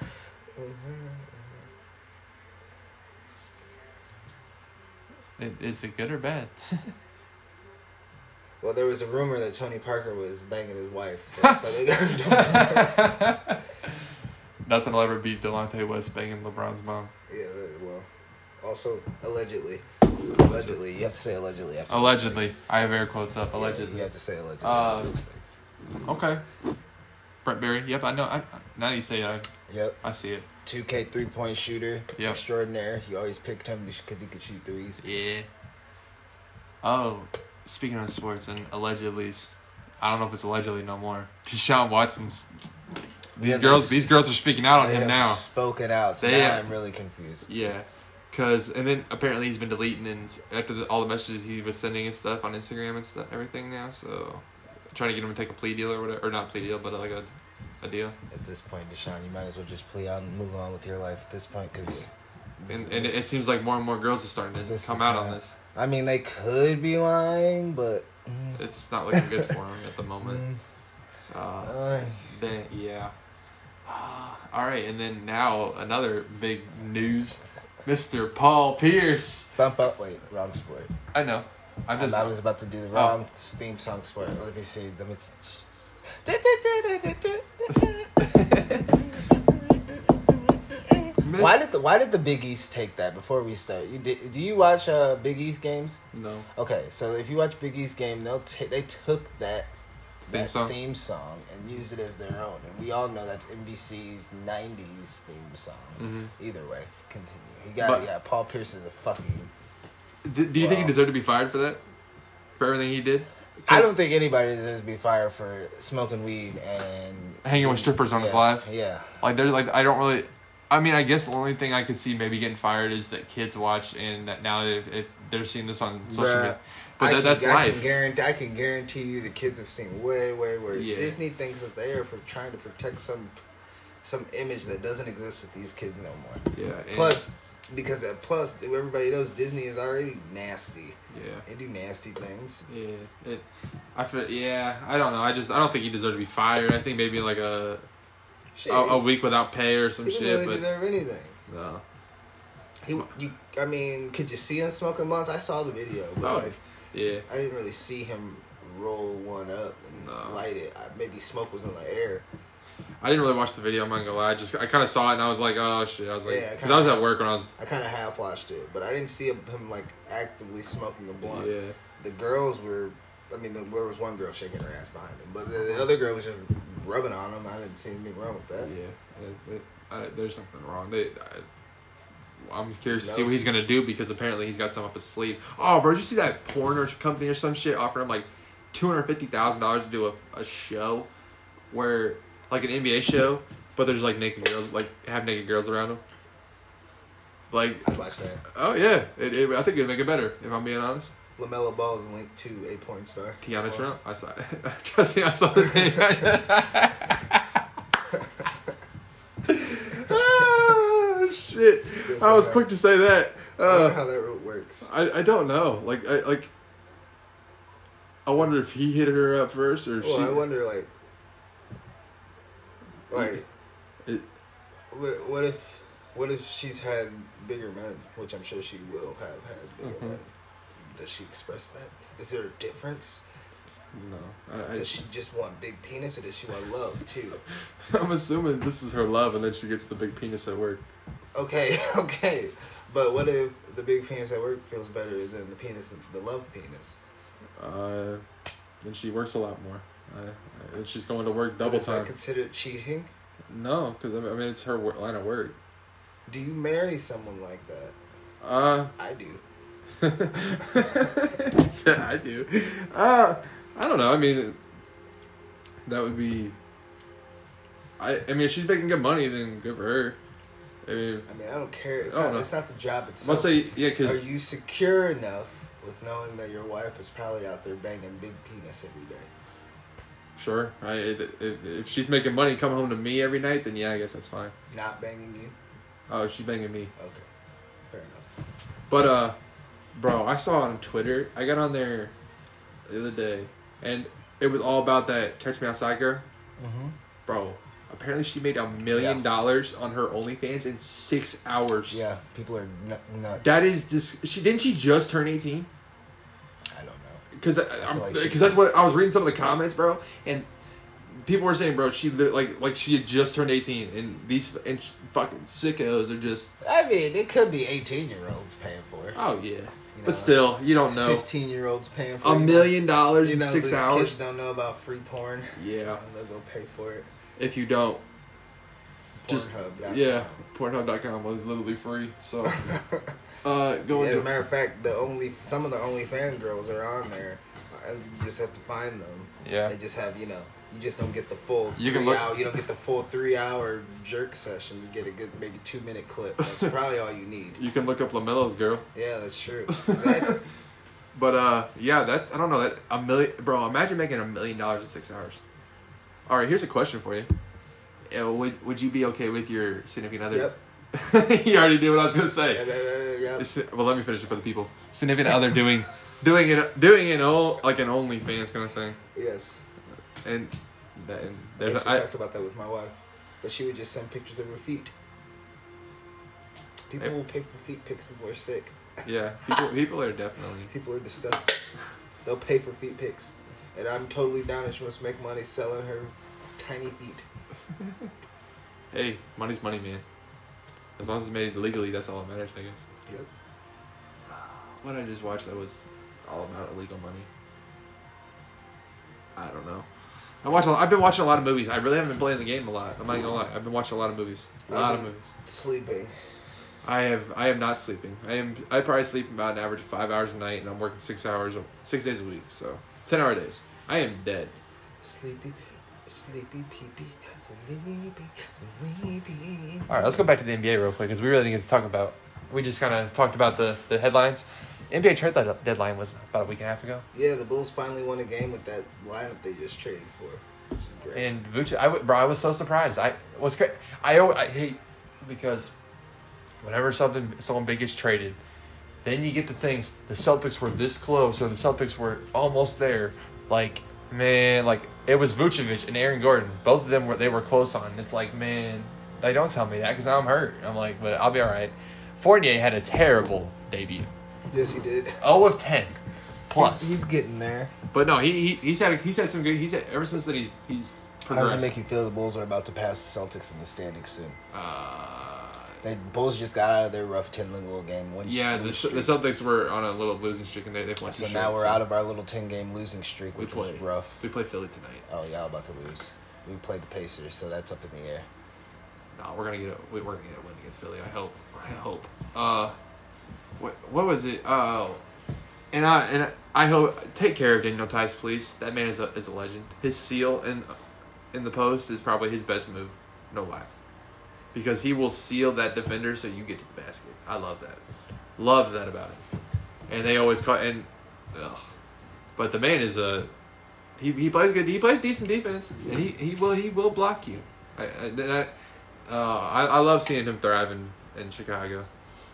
A: I- Is it good or bad?
B: Well, there was a rumor that Tony Parker was banging his wife. So that's why they got
A: Nothing will ever beat Delonte West banging LeBron's mom.
B: Yeah, that- well, also allegedly, allegedly, you have to say allegedly. After these
A: Allegedly.
B: things.
A: I have air quotes up.
B: Yeah,
A: Allegedly.
B: you have to say allegedly.
A: Uh,
B: after these things.
A: Okay. Brent Barry. Yep, I know. I, I- now you say it,
B: yep,
A: I, I see it.
B: two K three point shooter,
A: Yep.
B: extraordinaire. You always picked him because he could shoot threes.
A: Yeah. Oh, speaking of sports and allegedly, I don't know if it's allegedly no more. Deshaun Watson's. These
B: Yeah,
A: girls,
B: that's-
A: these girls are speaking out on
B: They
A: him
B: have
A: now.
B: spoken out. So
A: They
B: now
A: have-
B: I'm really confused.
A: Yeah, cause and then apparently he's been deleting and after the, all the messages he was sending and stuff on Instagram and stuff, everything now. So, trying to get him to take a plea deal or whatever, or not plea deal, but like a, a deal.
B: At this point, Deshaun, you might as well just play out and move on with your life. At this point, because
A: And, and it, it seems like more and more girls are starting to
B: This
A: come
B: is
A: out on
B: not-
A: this.
B: I mean, they could be lying, but mm,
A: It's not looking good for him at the moment.
B: mm,
A: Uh,
B: uh,
A: Then yeah. Ah, all right, and then now another big news, Mr. Paul Pierce.
B: bump up. Wait, wrong sport.
A: I know. I'm
B: And
A: just.
B: I was about to do the
A: Oh.
B: wrong theme song for it. Let me see. Let me.
A: Miss-
B: Why did the Why did the Big East take that? Before we start, you did, do you watch uh, Big East games?
A: No.
B: Okay, so if you watch Big East game, they'll ta- they took that
A: Theme
B: that
A: song?
B: theme song and used it as their own, and we all know that's NBC's '90s theme song.
A: Mhm.
B: Either way, continue. You got
A: But-
B: yeah. Paul Pierce is a fucking
A: D- do you think he
B: Wow.
A: deserved to be fired for that? For everything he did?
B: I don't think anybody deserves to be fired for smoking weed and
A: Hanging with strippers on
B: yeah,
A: his live.
B: Yeah,
A: Like they're like I don't really. I mean, I guess the only thing I could see maybe getting fired is that kids watch and that now if, if they're seeing this on social
B: Bruh,
A: media. But
B: I
A: that,
B: can-
A: that's
B: I Can
A: life.
B: guarantee, I can guarantee you, the kids have seen way, way worse.
A: Yeah.
B: Disney thinks that they are pro- trying to protect some, some image that doesn't exist with these kids no more.
A: Yeah. and-
B: Plus, because uh, plus everybody knows Disney is already nasty.
A: Yeah.
B: They do nasty things.
A: Yeah, it. I feel. Yeah, I don't know. I just. I don't think he deserved to be fired. I think maybe like a a,
B: Shit,
A: a week without pay or some
B: he didn't
A: Oh, shit.
B: really
A: but
B: deserve anything.
A: no.
B: He, you, I mean, could you see him smoking blunts? I saw the video, but
A: Oh.
B: like.
A: Yeah.
B: I didn't really see him roll one up and
A: No.
B: light it. I, maybe smoke was in the air.
A: I didn't really watch the video. I'm not gonna lie. I just. I kind of saw it and I was like, oh shit. I was like,
B: Yeah, I
A: because I was
B: kinda-
A: at work when I was.
B: I kind of half watched it, but I didn't see him like actively smoking the blunt.
A: Yeah.
B: The girls were, I mean, the, there was one girl shaking her ass behind him, but the, the other girl was just rubbing on him. I didn't see anything wrong with
A: Uh-huh. Yeah.
B: that.
A: It- it- I, there's something wrong. They. I, I'm curious to see
B: Knows.
A: what he's gonna do because apparently he's got some up his sleeve. Oh, bro, did you see that porn or company or some shit offering him like two hundred fifty thousand dollars to do a, a show where like an NBA show, but there's like naked girls, like have naked girls around him. Like,
B: I'd watch that.
A: oh yeah, it, it, I think it'd make it better if I'm being honest.
B: Lamella Ball is linked to a porn star.
A: Tiana
B: As well.
A: Trump, I saw. Trust me, I saw the thing. Ah, shit! I was quick to say that.
B: I wonder
A: Uh,
B: how that works.
A: I, I don't know. Like I like. I wonder if he hit her up first or if
B: Well,
A: she.
B: I wonder, like, like,
A: It-
B: what, what if, what if she's had bigger men, which I'm sure she will have had bigger
A: Mhm.
B: men. Does she express that? Is there a difference?
A: no, I,
B: Does she just want big penis, or does she want love too?
A: I, I'm assuming this is her love, and then she gets the big penis at work.
B: Okay, okay, but what if the big penis at work feels better than the penis, the love penis?
A: Uh, and she works a lot more. I, I, and she's going to work
B: But
A: double
B: is that
A: time.
B: considered cheating?
A: No, because I mean it's her wor- line of work.
B: Do you marry someone like that?
A: Uh,
B: I do.
A: I do. Uh, I don't know. I mean, that would be. I I mean, if she's making good money, then good for her. I mean,
B: I mean, I don't care. It's,
A: I don't
B: not,
A: know.
B: it's not the job
A: I
B: itself.
A: must say, yeah,
B: Are
A: because
B: you secure enough with knowing that your wife is probably out there banging big penis every day?
A: sure, I it, if- if she's making money, and coming home to me every night, then yeah, I guess that's fine.
B: Not banging you?
A: Oh, she's banging me.
B: Okay. Fair enough.
A: But uh, bro, I saw on Twitter. I got on there the other day, and it was all about that "Catch Me Outside" girl. Bro, apparently she made a million
B: Mm-hmm. Yeah.
A: dollars on her OnlyFans in six hours.
B: Yeah, people are nu- nuts.
A: That is just she didn't she just turn eighteen?
B: I don't know.
A: Because
B: feel like she-
A: because that's what I was reading some of the comments, bro, and people were saying, bro, she lit- like like she had just turned eighteen, and these f- and sh- fucking sickos are just
B: I mean, it could be 18 year olds paying for it.
A: oh yeah,
B: know,
A: but still you don't know
B: 15 year olds paying for
A: a
B: it.
A: million dollars
B: You
A: in
B: know,
A: six
B: these kids
A: hours.
B: don't know about free porn.
A: Yeah,
B: And They'll go pay for it.
A: if you don't, just
B: Pornhub.com.
A: yeah, Pornhub.com was literally free, so uh, go
B: As a
A: into
B: matter of fact, the only some of the only fan girls are on there, and you just have to find them.
A: Yeah.
B: They just have you know you just don't get the full
A: You
B: you
A: can
B: three
A: look-
B: hour, you don't get the full three hour jerk session. You get a good maybe two minute clip. That's probably all you need.
A: you can look up Lamelo's girl.
B: Yeah, that's true. Exactly.
A: But uh, yeah, that I don't know that a million, bro. Imagine making a million dollars in six hours. All right, here's a question for you. Uh, would Would you be okay with your significant other?
B: yep.
A: Yep. you already knew what I was gonna
B: Yep,
A: say.
B: yep, yep, yep.
A: It's- Well, let me finish it for the people. Significant other doing, doing it, doing it all like an OnlyFans kind of thing,
B: Yes.
A: and that and
B: I
A: there's
B: actually
A: I,
B: talked about that with my wife, but she would just send pictures of her feet. People
A: Hey.
B: will pay for feet pics. People are sick.
A: yeah, people people are definitely
B: People are disgusting. They'll pay for feet pics. And I'm totally down if she wants to make money selling her tiny feet.
A: hey, money's money, man. As long as it's made legally, that's all that matters, I guess.
B: Yep.
A: What I just watched that was all about illegal money. I don't know. I watch. A lot, I've been watching a lot of movies. I really haven't been playing the game a lot. I'm not gonna lie. I've been watching a lot of movies. A lot of
B: Okay.
A: movies.
B: Sleeping.
A: I have. I am not sleeping. I am. I probably sleep about an average of five hours a night, and I'm working six hours, six days a week. So ten hour days. I am dead.
B: Sleepy. Sleepy peepee. Sleepy. Sleepy.
A: All right, let's go back to the NBA real quick because we really didn't get to talk about. We just kind of talked about the, the headlines. NBA trade dead- deadline was about a week and a half ago,
B: Yeah, the Bulls finally won a game with that lineup they just traded for, which is great.
A: and Vucevic, I w- bro, I was so surprised. I was cra- I al- I hate because whenever something someone big gets traded, then you get the things. The Celtics were this close, or the Celtics were almost there. Like man, like it was Vucevic and Aaron Gordon. Both of them were they were close on. It's like man, they don't tell me that because I'm hurt. I'm like, but I'll be all right. Fournier had a terrible debut.
B: yes, he did.
A: 0 of 10 plus.
B: He's getting there.
A: but no, he, he he's had he's had some good. He's had ever since then he's he's
B: How does
A: progressed.
B: it make you feel the Bulls are about to pass the Celtics in the standings soon?
A: uh,
B: The Bulls just got out of their rough 10 little game. Win
A: yeah, the,
B: win
A: the
B: streak.
A: Celtics were on a little losing streak and they they went.
B: So now we're out of our little 10 game losing streak,
A: We
B: which was
A: play.
B: rough.
A: We play Philly tonight.
B: Oh, y'all about to lose. We played the Pacers, so that's up in the air.
A: No, we're gonna get a we- we're gonna get a win against Philly. I hope. I hope. Uh, what what was it? Oh, and I and I hope take care of Daniel Tice, please. That man is a is a legend. His seal in in the post is probably his best move. No lie. because he will seal that defender so you get to the basket. I love that. Loved that about him. And they always caught and, ugh. but the man is a he, he plays good. He plays decent defense, and he, he will he will block you. I I, and I, uh, I I love seeing him thrive in, in Chicago.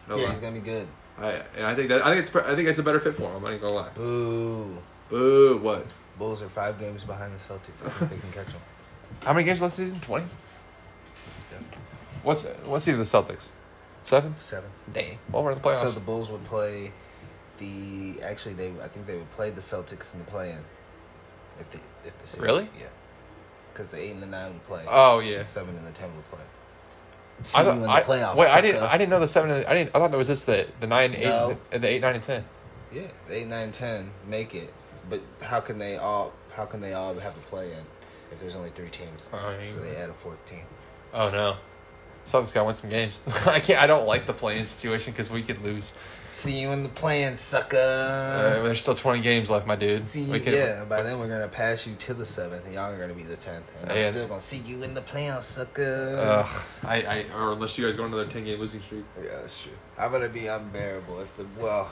A: No
B: yeah,
A: lie.
B: he's gonna be good.
A: I and I think that I think it's pre- I think it's a better fit for him. I ain't gonna lie.
B: Boo.
A: Boo! What?
B: Bulls are five games behind the Celtics. I think they can catch them.
A: How many games last season? Twenty.
B: Yeah.
A: What's what's even the Celtics? Seven.
B: Seven.
A: Dang. Well, we're in the
B: So the Bulls would play the. Actually, they I think they would play the Celtics in the play-in. If they if the series,
A: Really?
B: yeah, because the eight and the nine would play.
A: oh yeah.
B: Seven and the ten would play. See
A: I
B: you
A: thought,
B: in the
A: I,
B: playoffs.
A: wait, I didn't.
B: sucker.
A: I didn't know the seven. And the, I didn't. I thought that was just the the nine, eight,
B: No.
A: and the eight, nine, and ten.
B: Yeah, the eight, nine, ten make it. But how can they all? How can they all have a play-in if there's only three teams?
A: I mean-
B: so they add a fourteen.
A: Oh no, Celtics got to win some games. I can't. I don't like the playing situation because we could lose.
B: See you in the play-in, sucker.
A: Uh, there's still twenty games left, my dude.
B: See,
A: we could,
B: yeah, by then we're gonna pass you to the seventh, and y'all are gonna be the tenth, and I'm
A: Yeah.
B: still gonna see you in the playoffs, sucker.
A: Ugh,
B: Uh,
A: I, I or unless you guys go on another ten game losing streak.
B: Yeah, that's true. I'm gonna be unbearable if the well.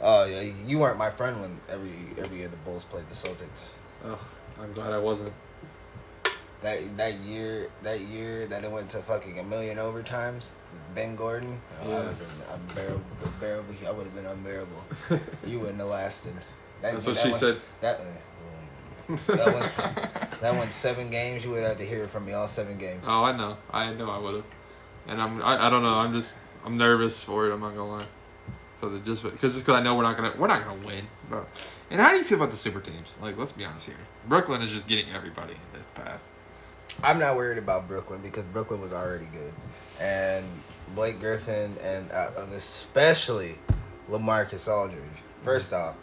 B: Oh yeah, you weren't my friend when every every year the Bulls played the Celtics.
A: Ugh, I'm glad I wasn't.
B: That that year, that year that it went to fucking a million overtimes. Ben Gordon, oh, I
A: Yeah.
B: was an unbearable, unbearable. I would have been unbearable. you wouldn't have lasted. That-
A: That's what
B: that
A: she
B: one-
A: said.
B: That. uh, mm. That one's that one's seven games. You would have to hear it from me all seven games.
A: Oh, I know. I know I would have. And I'm. I, I don't know. I'm just. I'm nervous for it. I'm not gonna lie. For the just because just because I know we're not gonna we're not gonna win. But, and how do you feel about the super teams? Like, let's be honest here. Brooklyn is just getting everybody in this path.
B: I'm not worried about Brooklyn because Brooklyn was already good, and Blake Griffin and, uh, and especially Lamarcus Aldridge. First off,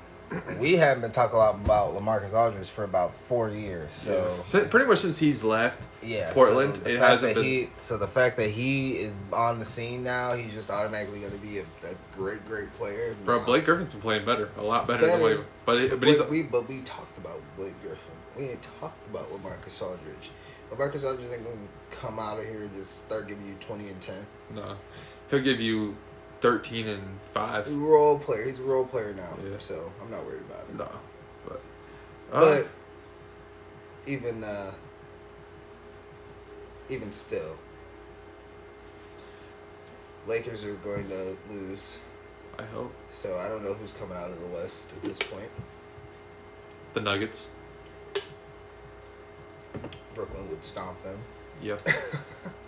B: we haven't been talking a lot about Lamarcus Aldridge for about four years. So
A: Si- pretty much since he's left
B: yeah, so
A: Portland,
B: the
A: it
B: fact
A: hasn't
B: that
A: been.
B: He, so the fact that he is on the scene now, he's just automatically going to be a, a great, great player.
A: Bro,
B: Nah.
A: Blake Griffin's been playing better, a lot better, than
B: Better.
A: way. But it, but
B: Blake-
A: he's
B: we but we talked about Blake Griffin. We ain't talked about Lamarcus Aldridge. Lamarcus Aldridge ain't gonna come out of here and just start giving you twenty and ten.
A: no. He'll give you thirteen and five.
B: He's a role player. He's a role player now,
A: Yeah.
B: so I'm not worried about it.
A: No, but
B: but even uh, even still, Lakers are going to lose.
A: I hope
B: So I don't know who's coming out of the West at this point.
A: the Nuggets.
B: Brooklyn would stomp them.
A: Yep.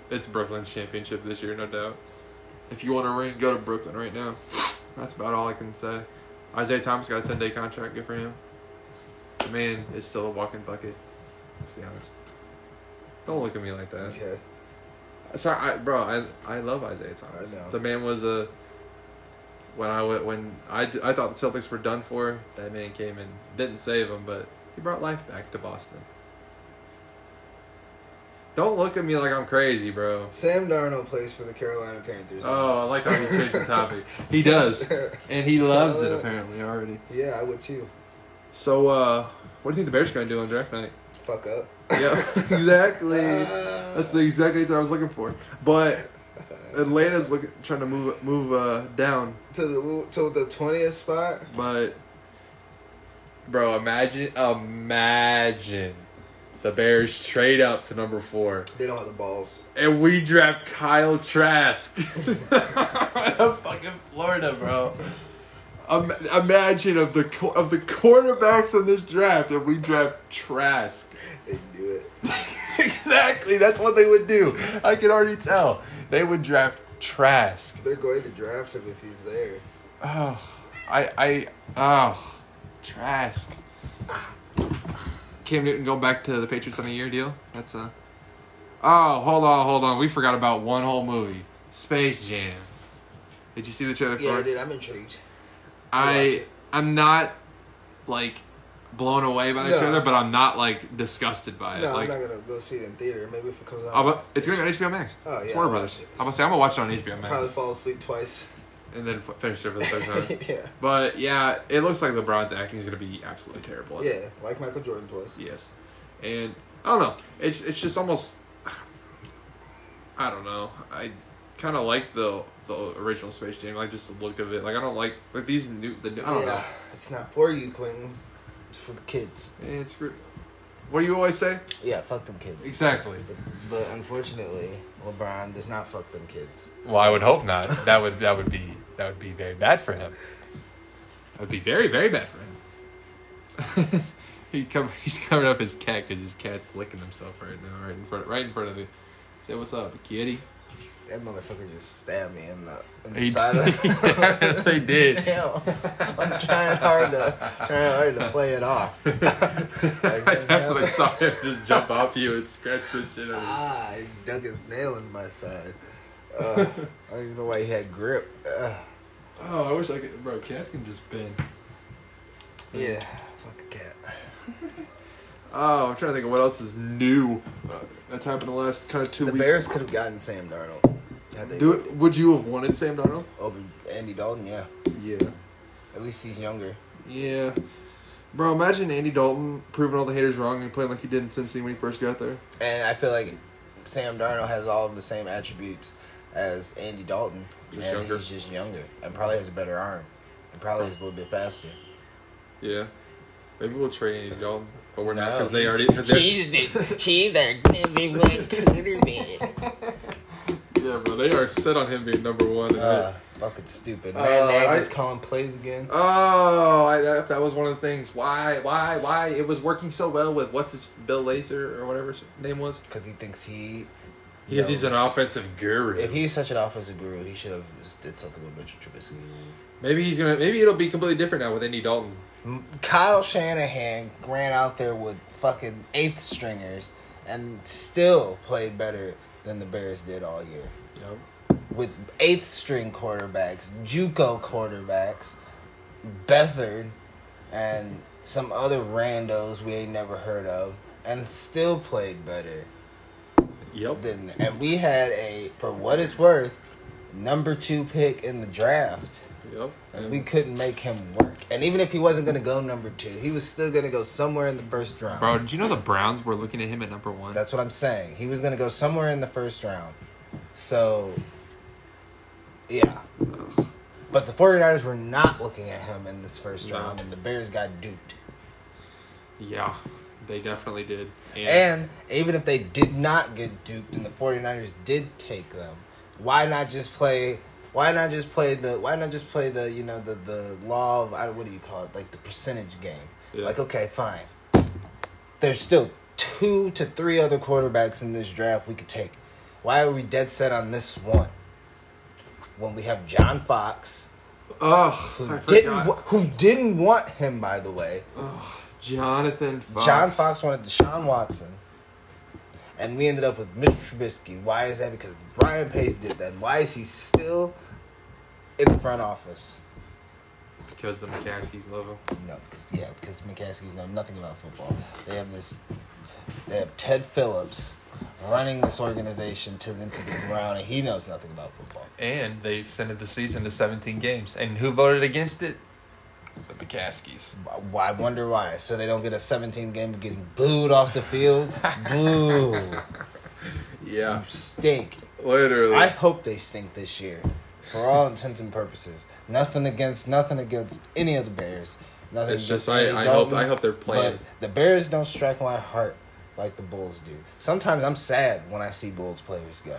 A: it's Brooklyn's championship this year, no doubt. If you want to ring, go to Brooklyn right now. That's about all I can say. Isaiah Thomas got a 10 day contract. Good for him. The man is still a walking bucket. Let's be honest. Don't look at me like that.
B: Okay.
A: Sorry, I, bro. I I love Isaiah Thomas.
B: I know.
A: The man was a. When I went, when I, d- I thought the Celtics were done for, that man came and didn't save them, but he brought life back to Boston. Don't look at me like I'm crazy, bro.
B: Sam Darnold plays for the Carolina Panthers.
A: Oh, I like how you changed the topic. He does, and he loves it apparently already.
B: yeah, I would too.
A: So, uh, what do you think the Bears are going to do on draft night?
B: Fuck up.
A: Yeah, exactly. That's the exact answer I was looking for. But Atlanta's looking trying to move move uh, down,
B: to the to the twentieth spot.
A: but bro, imagine imagine the Bears trade up to number four,
B: They don't have the balls.
A: and we draft Kyle Trask out of fucking Florida, bro. Um, imagine of the co- of the quarterbacks in this draft, and we draft Trask.
B: They can do it.
A: exactly. That's what they would do. I can already tell. They would draft Trask.
B: They're going to draft him if he's there.
A: Ugh. I I ugh. Trask. Cam Newton going back to the Patriots on a year deal. That's a. Oh, hold on, hold on. We forgot about one whole movie, Space Jam. Did you see the trailer?
B: Yeah,
A: for
B: I
A: it?
B: did. I'm intrigued. I watch
A: I
B: it.
A: I'm not like blown away by the
B: No.
A: trailer, but I'm not like disgusted by it.
B: No,
A: like
B: I'm not gonna go see it in theater. Maybe if it comes out,
A: I'm a- it's gonna be on HBO Max.
B: Oh,
A: it's
B: yeah,
A: Warner
B: I'll
A: Brothers.
B: watch it.
A: I'm gonna say I'm gonna watch it on HBO Max
B: probably fall asleep twice.
A: and then f- finish it for the third time.
B: yeah,
A: But yeah, it looks like LeBron's acting is gonna be absolutely terrible.
B: yeah, like Michael Jordan twice.
A: Yes, and I don't know. It's it's just almost. I don't know. I kind of like the the original Space Jam. Like just the look of it. Like I don't like like these new the new, I don't
B: yeah, it's not for you, Quentin. It's for the kids.
A: know. Eh, It's for, what do you always say?
B: Yeah, fuck them kids.
A: Exactly.
B: But, but unfortunately, LeBron does not fuck them kids.
C: Well, I would hope not. That would that would be that would be very bad for him.
A: That would be very very bad for him. he come he's covering up his cat because his cat's licking himself right now, right in front right in front of me. Say what's up, kitty.
B: That motherfucker just stabbed me in the, in the
A: He
B: side of
A: did. Yes, they did.
B: Damn. I'm trying hard to trying hard to play it off. Like,
A: I
B: just-
A: definitely saw him just jump off you and scratch the shit out of
B: Ah, he dug his nail in my side. Uh, I don't even know why he had grip. Uh,
A: you. Oh, I wish I could, bro. Cats can just bend.
B: yeah, fuck a cat.
A: Oh, I'm trying to think of what else is new. Uh, that's happened the last kind of two
B: The
A: weeks.
B: Bears could have gotten Sam Darnold. Had they
A: Do it, would you have wanted Sam Darnold?
B: over Andy Dalton, yeah.
A: Yeah.
B: At least he's younger.
A: Yeah. Bro, imagine Andy Dalton proving all the haters wrong and playing like he did in Cincy when he first got there.
B: And I feel like Sam Darnold has all of the same attributes as Andy Dalton.
A: Just
B: and
A: younger.
B: he's just younger. And probably has a better arm. And probably is a little bit faster.
A: Yeah. Maybe we'll trade Andy Dalton, but we're
B: No,
A: not because they
B: he's-
A: already. Cause they're-
B: He's the number one quarterback.
A: yeah, bro, they are set on him being number one. and
B: Uh, fucking stupid.
A: Uh,
B: Man, Nagy's
A: I-
B: calling plays again.
A: Oh, I, that, that was one of the things. Why, why, why? It was working so well with what's his Bill Lazor or whatever his name was.
B: Because he thinks he...
C: Because he's an
B: knows.
C: offensive guru.
B: If he's such an offensive guru, he should have just did something with Mitchell Trubisky.
A: Maybe he's gonna. Maybe it'll be completely different now with Andy Dalton's.
B: Kyle Shanahan ran out there with fucking eighth stringers and still played better than the Bears did all year.
A: Yep.
B: With eighth string quarterbacks, JUCO quarterbacks, Bethard, and some other randos we ain't never heard of, and still played better
A: Yep.
B: than. And we had a, for what it's worth, number two pick in the draft.
A: Yep.
B: And we couldn't make him work. And even if he wasn't gonna go number two, he was still gonna go somewhere in the first round.
A: Bro, did you know the Browns were looking at him at number one?
B: That's what I'm saying. He was gonna go somewhere in the first round. So yeah. But the 49ers were not looking at him in this first
A: No.
B: round, and the Bears got duped.
A: yeah, they definitely did.
B: And even if they did not get duped and the 49ers did take them, why not just play why not just play the why not just play the you know the the law of I, what do you call it like the percentage game?
A: Yeah.
B: Like okay, fine. There's still two to three other quarterbacks in this draft we could take. Why are we dead set on this one? When we have John Fox,
A: ugh,
B: who
A: I
B: didn't
A: forgot.
B: wa- who didn't want him by the way.
A: Jonathan Fox.
B: John Fox wanted Deshaun Watson. And we ended up with Mitch Trubisky. Why is that? Because Ryan Pace did that. Why is he still in the front office?
A: because the McCaskies love him.
B: No, because yeah, because McCaskies know nothing about football. They have this they have Ted Phillips running this organization to into the ground and he knows nothing about football.
C: and they extended the season to 17 games. And who voted against it? The McCaskies.
B: Why I wonder why. So they don't get a 17 game of getting booed off the field. Boo.
A: Yeah,
B: Stink.
A: literally.
B: I hope they stink this year, for all intents and purposes. Nothing against nothing against any of the Bears. Nothing
A: It's
B: against
A: just I-
B: Andy
A: I hope-
B: Dalton,
A: I hope they're playing.
B: But the Bears don't strike my heart like the Bulls do. Sometimes I'm sad when I see Bulls players go.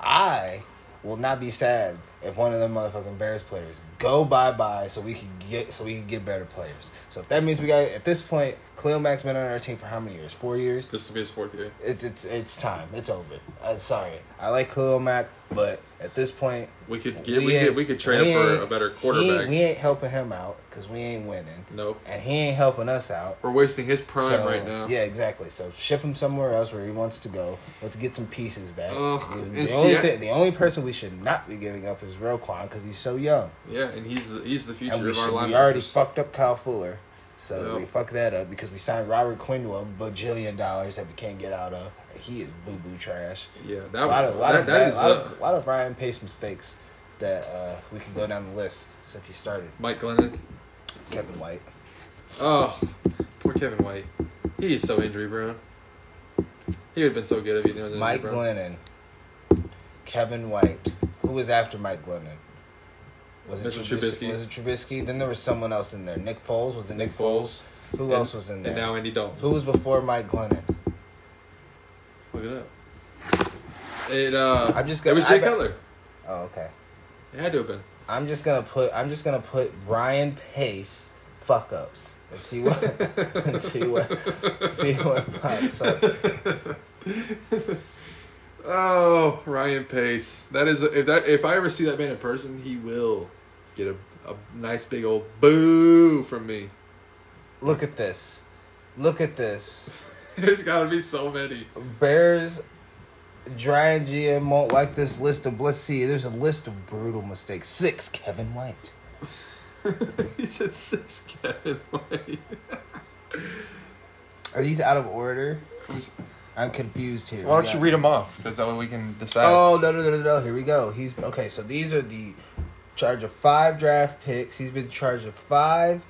B: I will not be sad if one of them motherfucking Bears players go bye bye so we can get so we can get better players. So if that means we got at this point, Cleo Mack's been on our team for how many years? Four years.
A: this will be his fourth year.
B: It's it's it's time. It's over. I'm sorry. I like Khalil Mack, but at this point,
A: We could get. We,
B: ain't-
A: could. We could trade
B: we
A: up for
B: ain't-
A: a better
B: he ain't-
A: quarterback.
B: we ain't helping him out because we ain't winning,
A: nope.
B: and he ain't helping us out.
A: We're wasting his prime
B: So,
A: right now.
B: Yeah, exactly. So ship him somewhere else where he wants to go. Let's get some pieces back.
A: Ugh,
B: the, the
A: it's-
B: only
A: yeah.
B: thing, the only person we should not be giving up is Roquan because he's so young,
A: Yeah, and he's the, he's the future
B: and we,
A: of our
B: should,
A: lineup.
B: we already fucked up Kyle Fuller. So
A: Yep.
B: we fucked that up because we signed Robert Quinn to a bajillion dollars that we can't get out of. He is boo boo trash.
A: yeah,
B: a
A: that,
B: lot of, lot
A: that,
B: of,
A: that
B: a
A: is
B: lot,
A: uh,
B: of, a lot of Ryan Pace mistakes that uh, we can go down the list since he started.
A: Mike Glennon.
B: Kevin White.
A: Oh, poor Kevin White. He is so injury prone. He would have been so good if he didn't. have been
B: Mike
A: injury prone.
B: Glennon Kevin White, who was after Mike Glennon. Was it
A: Mitchell
B: Trubisky?
A: Trubisky.
B: Was it Trubisky? Then there was someone else in there. Nick Foles was it Nick, Foles? Who
A: And-
B: else was in there?
A: And now Andy Dalton.
B: who was before Mike Glennon?
A: Look it up. It uh.
B: I'm just
A: It
B: gonna-
A: was Jay
B: I bet-
A: Cutler.
B: Oh, okay.
A: It had to have been.
B: I'm just gonna put I'm just gonna put Brian Pace fuck ups and see what and see what see what pops up.
A: Oh, Ryan Pace. That is if that if I ever see that man in person, he will get a, a nice big old boo from me.
B: Look at this. Look at this.
A: There's got to be so many.
B: Bears Dry GM won't like this list of let's see, there's a list of brutal mistakes. Six, Kevin White.
A: he said six Kevin White.
B: Are these out of order? I'm confused here.
C: Why don't you
B: Yeah.
C: read them off? Because that way we can decide.
B: Oh no no no no no! Here we go. He's okay. So these are the charge of five draft picks. He's been charged of five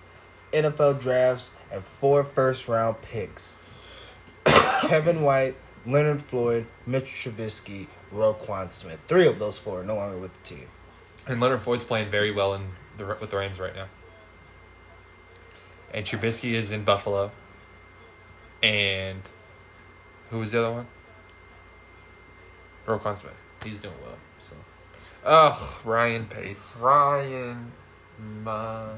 B: NFL drafts and four first round picks. Kevin White, Leonard Floyd, Mitchell Trubisky, Roquan Smith. Three of those four are no longer with the team.
C: And Leonard Floyd's playing very well in the with the Rams right now. And Trubisky is in Buffalo. And who was the other one? Roquan Smith. He's doing well. So, ugh, Ryan Pace. Ryan, my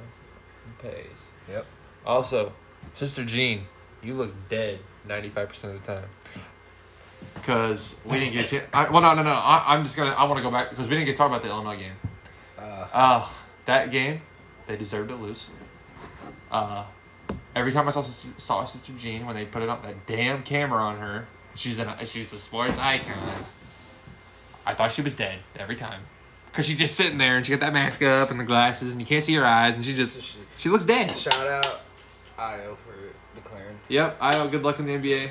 C: Pace.
B: Yep.
C: Also, Sister Jean, you look dead ninety five percent of the time.
A: Because we didn't get. To, I, well, no, no, no. I, I'm just gonna. I want to go back because we didn't get to talk about the Illinois game.
B: Uh,
A: Uh, that game, they deserved to lose. Uh, every time I saw sister, saw Sister Jean when they put it up that damn camera on her, she's an she's a sports icon. I thought she was dead every time, cause she's just sitting there and she got that mask up and the glasses and you can't see her eyes and she just she looks dead.
B: shout out Io for declaring.
A: Yep, Io, good luck in the NBA.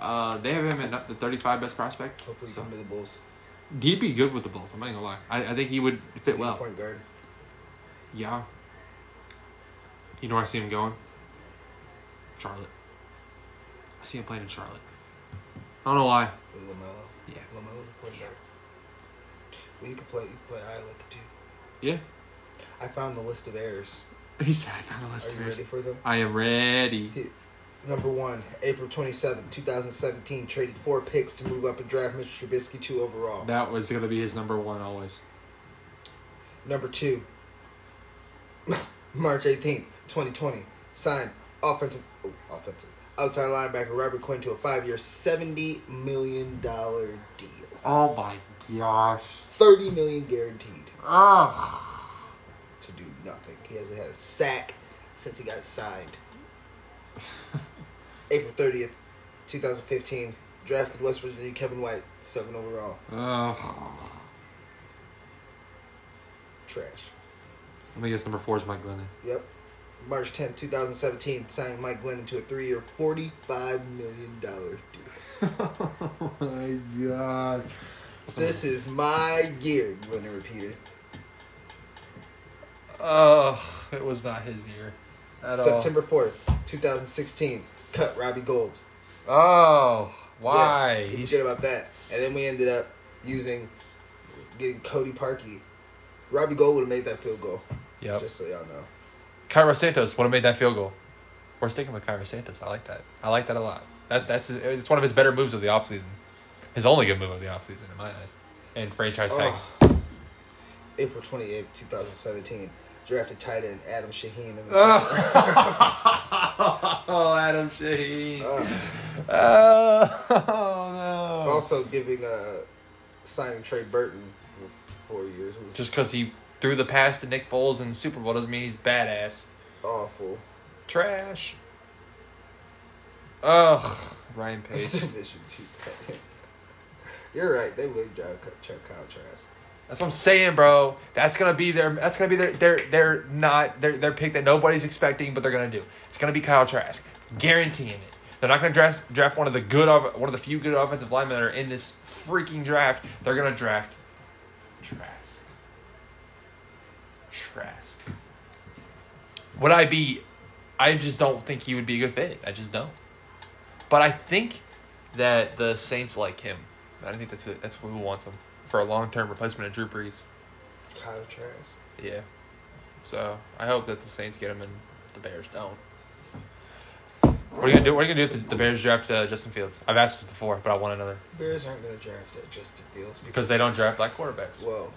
A: Uh, they have him at not- the 35 best prospect.
B: Hopefully, you
A: So,
B: come to the Bulls.
A: he'd be good with the Bulls. I'm not gonna lie. I, I think he would fit
B: He's a
A: well.
B: point guard.
A: Yeah. You know where I see him going? Charlotte. I see him playing in Charlotte. I don't know why.
B: With Lamelo.
A: Yeah.
B: Lamelo's a point guard. Well, you could play. You could play Iowa at the two.
A: Yeah.
B: I found the list of errors.
A: He said I found a list
B: Are
A: of
B: you ready
A: ready?
B: for them?
A: I am ready.
B: Number one, April twenty seventh, 2017, traded four picks to move up and draft Mr. Trubisky two overall.
A: That was gonna be his number one always.
B: Number two, March 18th, 2020, signed offensive, oh, offensive outside linebacker Robert Quinn to a five year, $70 million deal.
A: Oh my gosh.
B: $30 million guaranteed
A: Ugh.
B: to do nothing. He hasn't had a sack since he got signed. April 30th, 2015, drafted West Virginia Kevin White, seven overall.
A: Ugh.
B: Trash.
A: Let me guess number four is Mike Glennon.
B: Yep. March 10th, 2017, signed Mike Glennon to a three year, $45 million deal.
A: oh my god.
B: This is my year, Glennon repeated.
C: Ugh, it was not his year at
B: September 4th, 2016, cut Robbie Gold.
C: all. Oh,
B: Yeah,
C: why?
B: we
C: He
B: forget about that. And then we ended up using, getting Cody Parkey. Robbie Gold would have made that field goal,
C: Yep.
B: just so y'all know.
C: Cairo Santos would have made that field goal. We're sticking with Cairo Santos. I like that. I like that a lot. That that's it's one of his better moves of the offseason. His only good move of the offseason in my eyes. And franchise tag.
B: Ugh. April 28th, 2017, drafted tight end Adam Shaheen in the second round.
C: Oh, Adam Shaheen.
B: Ugh.
C: Oh, no.
B: Also giving, uh, signing Trey Burton for four years was
C: Just because he threw the pass to Nick Foles in the Super Bowl doesn't mean he's badass.
B: awful.
C: Trash. Ugh. Ryan Pace.
B: Division two tight end. You're right. They would drive Ky- Chuck Kyle Trask.
C: That's what I'm saying, bro. That's gonna be their. That's gonna be their. Their. Their not. Their. Their pick that nobody's expecting, but they're gonna do. It's gonna be Kyle Trask, guaranteeing it. They're not gonna draft draft one of the good of one of the few good offensive linemen that are in this freaking draft. They're gonna draft Trask. Trask. Would I be? I just don't think he would be a good fit. I just don't. But I think that the Saints like him. I don't think that's who, that's who wants him. for a long term replacement of Drew Brees.
B: Kyle Trask.
C: Yeah. So I hope that the Saints get him and the Bears don't. What are you gonna do? What are you gonna do if the, the Bears draft uh, Justin Fields? I've asked this before, but I want another
B: Bears aren't going to draft at Justin Fields
C: because they don't draft black quarterbacks.
B: Well,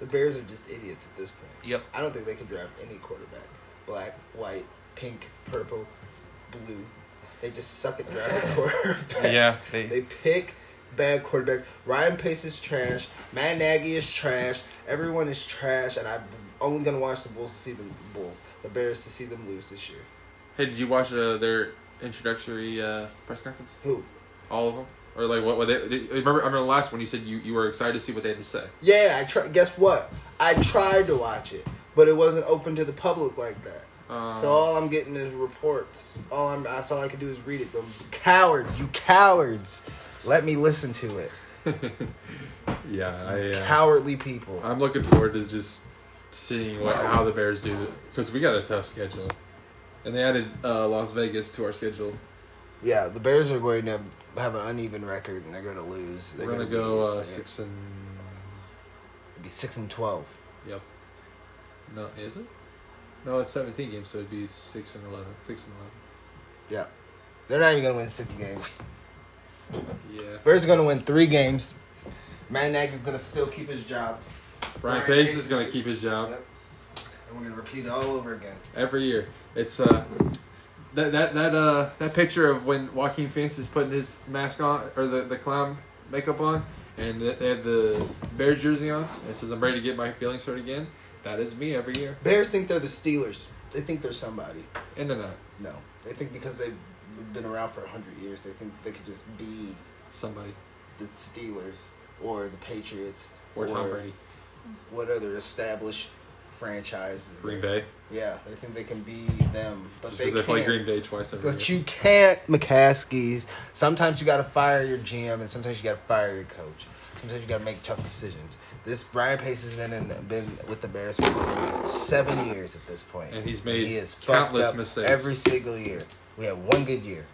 B: the Bears are just idiots at this point.
C: Yep.
B: I don't think they can draft any quarterback. Black, white, pink, purple, blue. They just suck at drafting quarterbacks.
C: Yeah, they-
B: They, pick bad quarterbacks. Ryan Pace is trash. Matt Nagy is trash. Everyone is trash. And I'm only going to watch the Bulls to see the Bulls, the Bears to see them lose this year.
A: Hey, did you watch uh, their introductory uh, press conference?
B: Who?
A: All of them, or like what? were they did, remember? I remember the last one. You said you, you were excited to see what they had to say.
B: Yeah, I try. Guess what? I tried to watch it, but it wasn't open to the public like that.
A: Um,
B: So all I'm getting is reports. All I'm that's all I can do is read it. Them cowards, you cowards. Let me listen to it.
A: yeah, I, uh,
B: Cowardly people.
A: I'm looking forward to just seeing what how the Bears do because we got a tough schedule, and they added uh, Las Vegas to our schedule.
B: Yeah, the Bears are going to have an uneven record and they're going to lose. They're
A: We're gonna
B: to
A: go
B: be,
A: uh, six and
B: it'd be six and twelve.
A: yep. No, is it? No, it's 17 games, so it'd be six and 11. Six and
B: Yeah, they're not even going to win six games.
A: eleven. Yeah.
B: Bears are going to win three games. Matt Nagy's going to still keep his job.
A: Ryan
B: Ryan
A: Pace
B: Pace
A: is gonna
B: is-
A: keep his job.
B: Yep. And we're going to repeat it all over again.
A: every year. It's uh that that that uh that picture of when Joaquin Phoenix is putting his mask on or the the clown makeup on, and th- they have the Bears jersey on. And it says, "I'm ready to get my feelings hurt again." That is me every year,
B: Bears think they're the Steelers. They think they're somebody.
A: and they're not
B: No, they think because they've been around for hundred years, they think they could just be
A: somebody
B: the Steelers or the Patriots
A: or Tom Brady,
B: What other established franchises?
A: Green Bay,
B: Yeah, they think they can be them, but
A: just
B: they,
A: because they, play
B: can't.
A: Green Bay twice every
B: But
A: year.
B: you can't McCaskies. Sometimes you gotta fire your GM, and sometimes you gotta fire your coach. Sometimes you gotta make tough decisions. This Brian Pace has been in been with the Bears for seven years at this point,
A: And he's made
B: he has fucked
A: countless
B: up
A: mistakes.
B: every single year. We had one good year,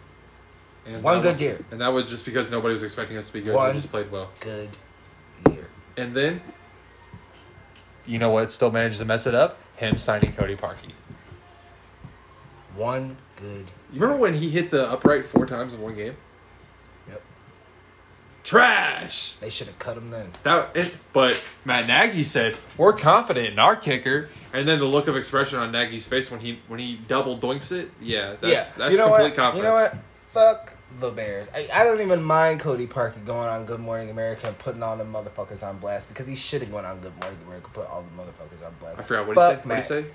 A: and
B: one
A: that
B: good
A: was-
B: year.
A: and that was just because nobody was expecting us to be good.
B: One.
A: We just played well,
B: good year.
A: and then
C: You know what? Still managed to mess it up. Him signing Cody Parkey.
B: One good.
A: you remember when he hit the upright four times in one game?
B: Yep.
A: Trash.
B: They should have cut him then.
A: That it, but Matt Nagy said we're confident in our kicker, and then the look of expression on Nagy's face when he when he double doinks it. Yeah, that's that's
B: you know
A: complete
B: what?
A: confidence.
B: You know what? Fuck the Bears. I, I don't even mind Cody Parker going on Good Morning America and putting all the motherfuckers on blast because he should have gone on Good Morning America and put all the motherfuckers on blast.
A: I forgot what
B: Fuck
A: he said. What did he
B: Matt.
A: say?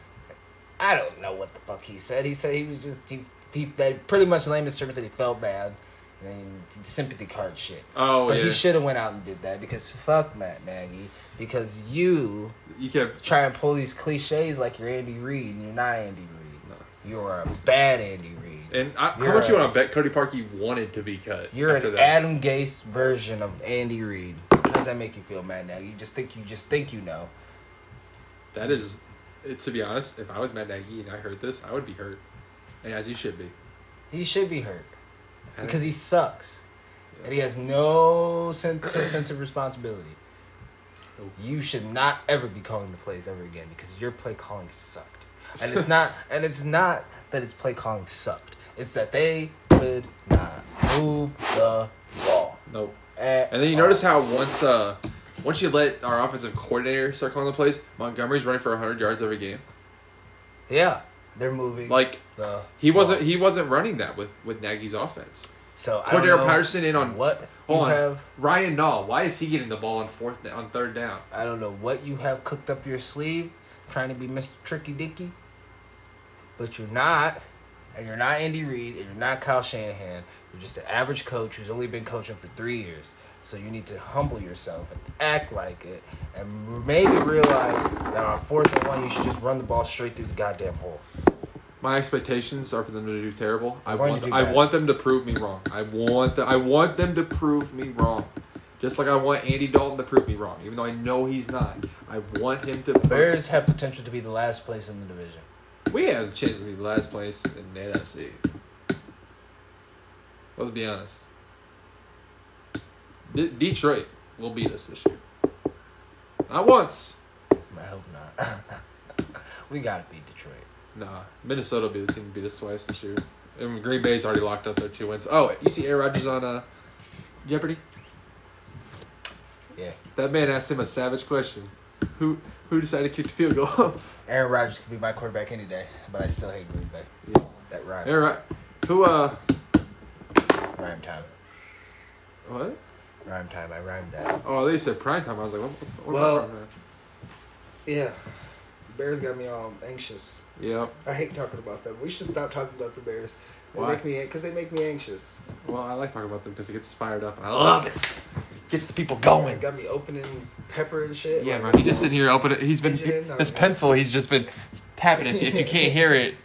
B: I don't know what the fuck he said. He said he was just he, he that pretty much lamest terms that he felt bad. And then sympathy card shit.
A: Oh
B: but
A: yeah,
B: he should have went out and did that because fuck Matt Nagy. Because you
A: you kept.
B: try and pull these cliches like you're Andy Reid and you're not Andy Reid.
A: No.
B: You're a bad Andy Reid.
A: And I, how
B: You're
A: much you
B: a-
A: want to bet Cody Parkey wanted to be cut?
B: You're
A: after
B: an
A: that?
B: Adam Gase version of Andy Reid. How does that make you feel, Matt Nagy? You just think you just think you know.
A: That is, it, to be honest, if I was Matt Nagy and I heard this, I would be hurt, and as he should be,
B: He should be hurt
A: And-
B: because he sucks, and he has no sense sense of responsibility.
A: Nope.
B: You should not ever be calling the plays ever again because your play calling sucked. And it's not and it's not that his play calling sucked. It's that they could not move the ball.
A: nope.
B: at
A: And then you
B: all.
A: notice how once uh once you let our offensive coordinator start calling the plays, Montgomery's running for hundred yards every game.
B: Yeah, they're moving.
A: Like
B: the
A: He wasn't. He wasn't running that with with Nagy's offense.
B: so I don't
A: Cordero
B: know
A: Patterson in on
B: what
A: Hold
B: you
A: on.
B: have.
A: Ryan Dahl. Why is he getting the ball on fourth on third down?
B: I don't know what you have cooked up your sleeve, trying to be Mr. Tricky Dicky, but you're not, and you're not Andy Reid, and you're not Kyle Shanahan. You're just an average coach who's only been coaching for three years. So you need to humble yourself and act like it, and maybe realize that on fourth and one you should just run the ball straight through the goddamn hole.
A: My expectations are for them to do terrible. I
B: Why'd
A: want.
B: you do
A: I
B: that?
A: want them to prove me wrong. I want. The, I want them to prove me wrong. Just like I want Andy Dalton to prove me wrong, even though I know he's not. I want him to. Prove
B: Bears have potential to be the last place in the division.
A: We have a chance to be last place in the NFC. Let's be honest. De- Detroit will beat us this year. Not once.
C: I hope not. we gotta beat Detroit.
A: Nah, Minnesota will be the team to beat us twice this year. And Green Bay's already locked up their two wins. Oh, you see Aaron Rodgers on uh, Jeopardy?
C: Yeah,
A: That man asked him a savage question. Who who decided to kick the field goal?
C: Aaron Rodgers could be my quarterback any day, but I still hate Green Bay.
A: yeah.
C: That rhymes.
A: Aaron, Rod- who uh
C: Rhyme time.
A: what?
C: Rhyme time. I rhymed that.
A: Oh, they said prime time. I was like, what? what
C: Well-
A: about prime time?
C: Yeah, Bears got me all anxious.
A: Yep.
C: I hate talking about them. We should stop talking about the Bears. They
A: Why?
C: make me because they make me anxious.
A: Well, I like talking about them because it gets us fired up. and I love it.
D: Gets the people
C: Oh, it
D: going.
C: got me opening pepper and shit.
A: Yeah,
C: like,
A: bro. He just sitting here opening. He's been
C: Fidgeting,
A: he-
C: no,
A: this
C: no.
A: pencil. He's just been tapping it. If you can't hear it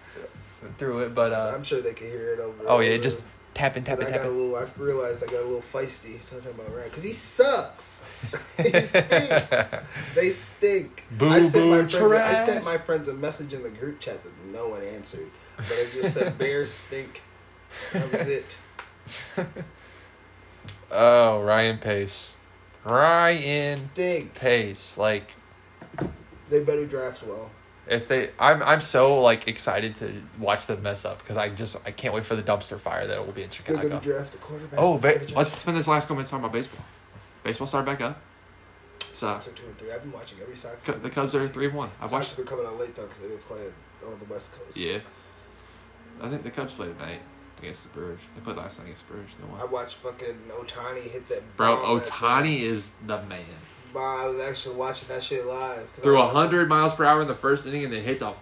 D: Through it, but uh,
C: I'm sure they can hear it over.
D: oh yeah, just tapping,
C: Cause
D: tapping,
C: I got a
D: tapping.
C: little. I realized I got a little feisty talking about Ryan because he sucks. he stinks. They stink.
D: Boo,
C: I sent my
D: boo,
C: friends. I
D: trash.
C: sent my friends a message in the group chat that no one answered, but it just said Bears stink. That was it.
D: Oh, Ryan Pace. Ryan
C: Stink.
D: Pace. Like
C: They better draft well.
D: if they, I'm I'm so like excited to watch them mess up because I just I can't wait for the dumpster fire that will be in
C: They're gonna
D: Chicago.
C: draft a quarterback.
D: Oh,
C: They're
D: ba-
C: gonna draft
A: Let's spend this last couple minutes talking about baseball. Baseball started back up. So
C: Sox are two and three. I've been watching every Sox.
A: cu-
C: game.
A: the Cubs are three one. I
C: Sox
A: watched.
C: have been coming out late though because they've been playing on the West Coast.
A: Yeah, I think the Cubs played tonight against the Brewers. They played last night against the Brewers. They
C: I
A: won.
C: watched fucking Otani hit that.
A: Bro,
C: bomb that-
A: Otani is the man.
C: Bro, I was actually watching that shit live. 'cause
A: Threw
C: I-
A: hundred miles per hour in the first inning and then hits a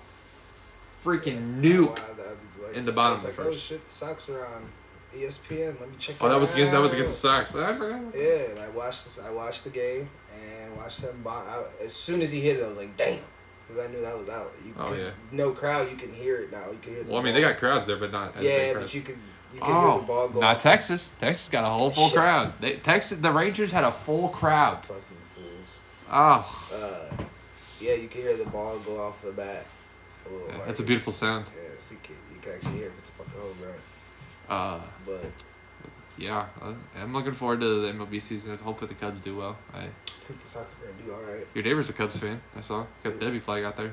A: freaking
C: Wow,
A: nuke.
C: that was like-
A: in the bottom
C: I was like,
A: first.
C: oh shit, the socks are on E ESPN. Let me check.
A: Oh, that was against that was
C: out."
A: against the Sox. I forgot.
C: Yeah, and I watched this. I watched the game and watched him. Bomb. I, as soon as he hit it, I was like, damn, because I knew that was out. You,
A: Oh,
C: 'cause
A: yeah.
C: No crowd, you can hear it now. You can hear. The
A: Well, I mean,
C: ball.
A: they got crowds there, but not. as big
C: Yeah,
A: crowds.
C: but you could you could hear the ball
A: Oh,
C: go.
A: not Texas. Texas got a whole full
C: Shit.
A: crowd. They, Texas, the Rangers had a full crowd.
C: Fucking fools.
A: Oh,
C: Uh, yeah, you can hear the ball go off the bat. A little harder.
A: that's a beautiful sound.
C: Yeah, so you can, you can actually hear if it's a fucking home run.
A: Uh,
C: But
A: yeah, I- I'm looking forward to the MLB season. I hope that the Cubs do well. I,
C: I think the Sox are gonna do all right.
A: your neighbor's a Cubs fan. I saw got the W flag out there.
C: I'm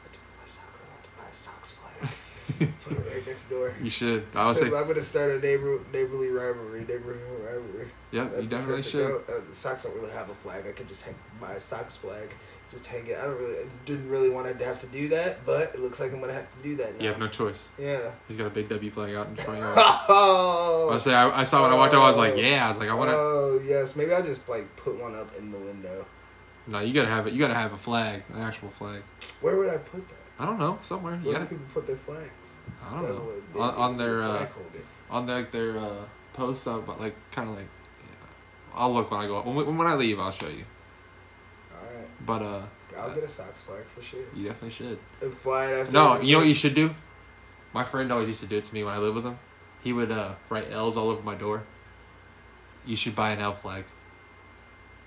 C: about to put my sock- I'm about to buy a Sox flag. Put it right next door.
A: You should. I would
C: So
A: say,
C: I'm gonna start a neighbor, neighborly rivalry, neighborhood rivalry.
A: yeah,
C: That'd
A: you
C: be
A: definitely
C: perfect. I
A: should.
C: don't- Uh, the Sox don't really have a flag. I could just hang my Sox flag, just hang it. I don't really, I didn't really want to have to do that, but it looks like I'm gonna have to do that now.
A: You have no choice.
C: yeah.
A: He's got a big W flag out in front of you. I
C: Oh.
A: would say, I, I saw when I walked out. I was like, yeah. I was like, I want to.
C: Oh yes, maybe I'll just like put one up in the window.
A: No, you gotta have it. You gotta have a flag, an actual flag.
C: Where would I put that?
A: I don't know, somewhere. You
C: Where
A: gotta.
C: do people put their flags?
A: I don't
C: Devil- they-
A: know. On,
C: they
A: on
C: need a
A: their. Uh,
C: flag holder.
A: on like their uh, posts up, but like kind of like, yeah. I'll look when I go up. When, we- when I leave, I'll show you.
C: All right.
A: But uh,
C: I'll get a Sox flag for sure.
A: you definitely should.
C: And fly it after.
A: No,
C: every
A: you know what
C: game.
A: you should do. My friend always used to do it to me when I lived with him. He would uh, write L's all over my door. You should buy an L flag.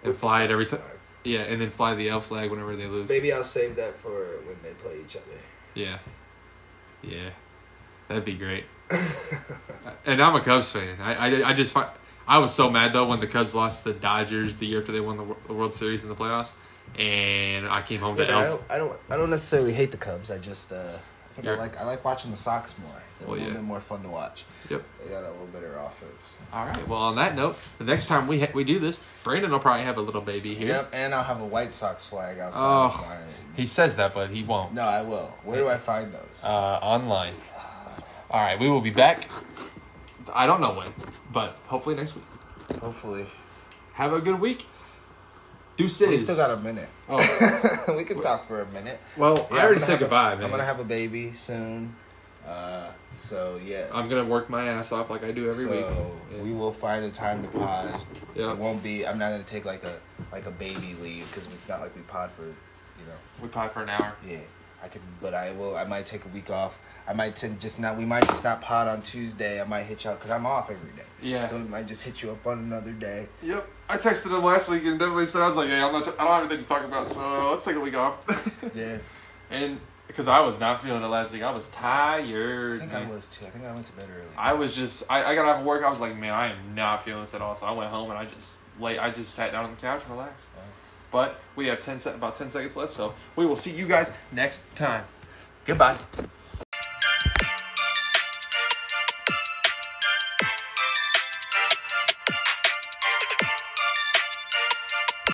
A: And
C: With the
A: fly it
C: Sox
A: every time.
C: flag.
A: Yeah, and then fly the L flag whenever they lose.
C: Maybe I'll save that for when they play each other.
A: Yeah, yeah, that'd be great. and I'm a Cubs fan. I, I, I just fi- I was so mad though when the Cubs lost to the Dodgers the year after they won the Wor- the World Series in the playoffs, and I came home to
C: I,
A: L's.
C: don't, I don't. I don't necessarily hate the Cubs. I just. Uh, I think I
A: You're-
C: like. I like watching the Sox more. They're
A: Well,
C: a little
A: yeah.
C: bit more fun to watch.
A: Yep.
C: They got a little better offense.
A: All right. Well, on that note, the next time we ha- we do this, Brandon will probably have a little baby here.
C: Yep. And I'll have a White Sox flag outside.
A: Oh.
C: Of mine.
D: He says that, but he won't.
C: No, I will. Where do I find those?
D: Uh, online. All right, we will be back.
A: I don't know when, but hopefully next week.
C: Hopefully,
A: Have a good week. Deuces.
C: we still got a minute.
A: Oh,
C: we can talk for a minute.
A: well,
C: Yeah,
A: I
C: I'm
A: already
C: gonna
A: said
C: have a-
A: goodbye, man.
C: I'm gonna have a baby soon. Uh, so yeah.
A: I'm gonna work my ass off like I do every
C: so
A: week.
C: we will find a time to pod.
A: Yeah.
C: It won't be. I'm not gonna take like a like a baby leave because it's not like we pod for, you know.
A: we pod for an hour.
C: Yeah. I could, but I will. I might take a week off. I might tend just not. We might just not pod on Tuesday. I might hit you out because I'm off every day.
A: Yeah.
C: So I might just hit you up on another day.
A: Yep. I texted him last week and definitely said I was like, "Hey, I'm not. I don't have anything to talk about, so let's take a week off."
C: Yeah.
A: and because I was not feeling it last week, I was tired.
C: I think I
A: man.
C: was too. I think I went to bed early.
A: I was just. I, I got off of work. I was like, "Man, I am not feeling this at all." So I went home and I just late. I just sat down on the couch and relaxed. But we have ten se- about ten seconds left, so we will see you guys next time. Goodbye.